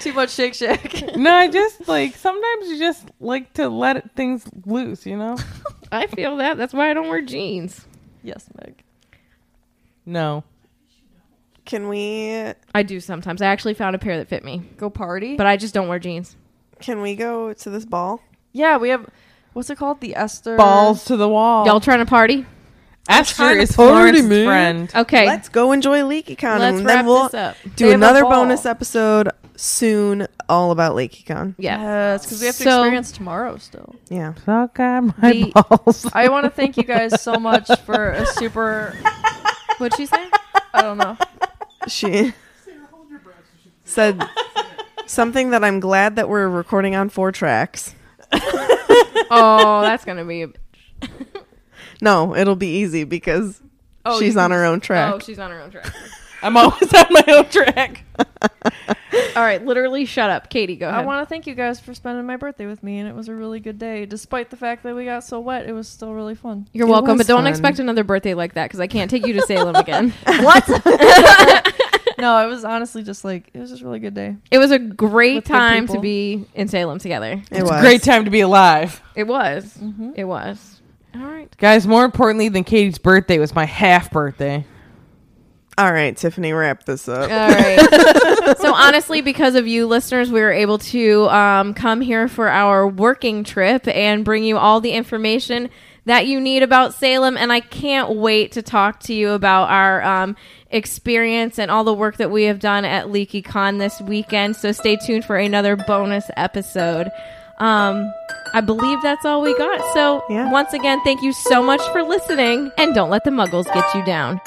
Speaker 5: Too much Shake Shack.
Speaker 2: no, I just like sometimes you just like to let it- things loose, you know?
Speaker 1: I feel that. That's why I don't wear jeans.
Speaker 5: yes, Meg.
Speaker 2: No.
Speaker 4: Can we
Speaker 1: I do sometimes. I actually found a pair that fit me,
Speaker 5: Go party.
Speaker 1: but I just don't wear jeans.
Speaker 4: can we go to this ball?
Speaker 5: yeah, we have what's it called? The Esther
Speaker 2: Balls to the wall.
Speaker 1: Y'all trying to party?
Speaker 2: Esther
Speaker 4: trying to
Speaker 2: is
Speaker 4: party,
Speaker 2: Florence's
Speaker 4: man.
Speaker 2: friend.
Speaker 1: Okay,
Speaker 4: Let's go enjoy Leak Econ.
Speaker 1: Let's
Speaker 4: and
Speaker 1: wrap
Speaker 4: then we'll
Speaker 1: this up.
Speaker 5: They
Speaker 4: do
Speaker 5: have a
Speaker 4: another
Speaker 5: ball.
Speaker 4: bonus episode soon all about Leak Econ.
Speaker 1: Yes.
Speaker 5: Yes, because we have to
Speaker 1: So-
Speaker 5: experience tomorrow still.
Speaker 4: Yeah.
Speaker 2: Suck on my
Speaker 1: The-
Speaker 2: balls.
Speaker 5: I want to thank you guys so much for a super.
Speaker 1: What'd she say?
Speaker 5: I don't know.
Speaker 4: She said something that I'm glad that we're recording on four tracks.
Speaker 1: oh, that's gonna be. A,
Speaker 4: No, it'll be easy because
Speaker 1: oh,
Speaker 4: she's
Speaker 1: you-
Speaker 4: on her own track.
Speaker 1: Oh, she's on her own track.
Speaker 2: I'm always on my own track.
Speaker 1: Oh, All right, literally, shut up, Katie. Go ahead.
Speaker 5: I want to thank you guys for spending my birthday with me, and it was a really good day. Despite the fact that we got so wet, it was still really fun.
Speaker 1: You're
Speaker 4: It
Speaker 1: welcome,
Speaker 4: was
Speaker 1: but don't
Speaker 4: fun.
Speaker 1: expect another birthday like that because I can't take you to Salem again.
Speaker 5: No, it was honestly just like it was just a really good day.
Speaker 1: it was a great
Speaker 5: With good
Speaker 1: time to
Speaker 5: people.
Speaker 1: be in Salem together.
Speaker 4: it was
Speaker 2: Great time to be alive.
Speaker 1: It was. It was. All right.
Speaker 2: Guys, more importantly than Katie's birthday was my half birthday.
Speaker 4: All right, Tiffany, wrap this up.
Speaker 1: All right. so honestly, because of you listeners, we were able to um, come here for our working trip and bring you all the information that you need about Salem. And I can't wait to talk to you about our um, experience and all the work that we have done at Leaky Con this weekend. So stay tuned for another bonus episode. Um, I believe that's all we got. So
Speaker 4: Yeah.
Speaker 1: once again, thank you so much for listening, and don't let the muggles get you down.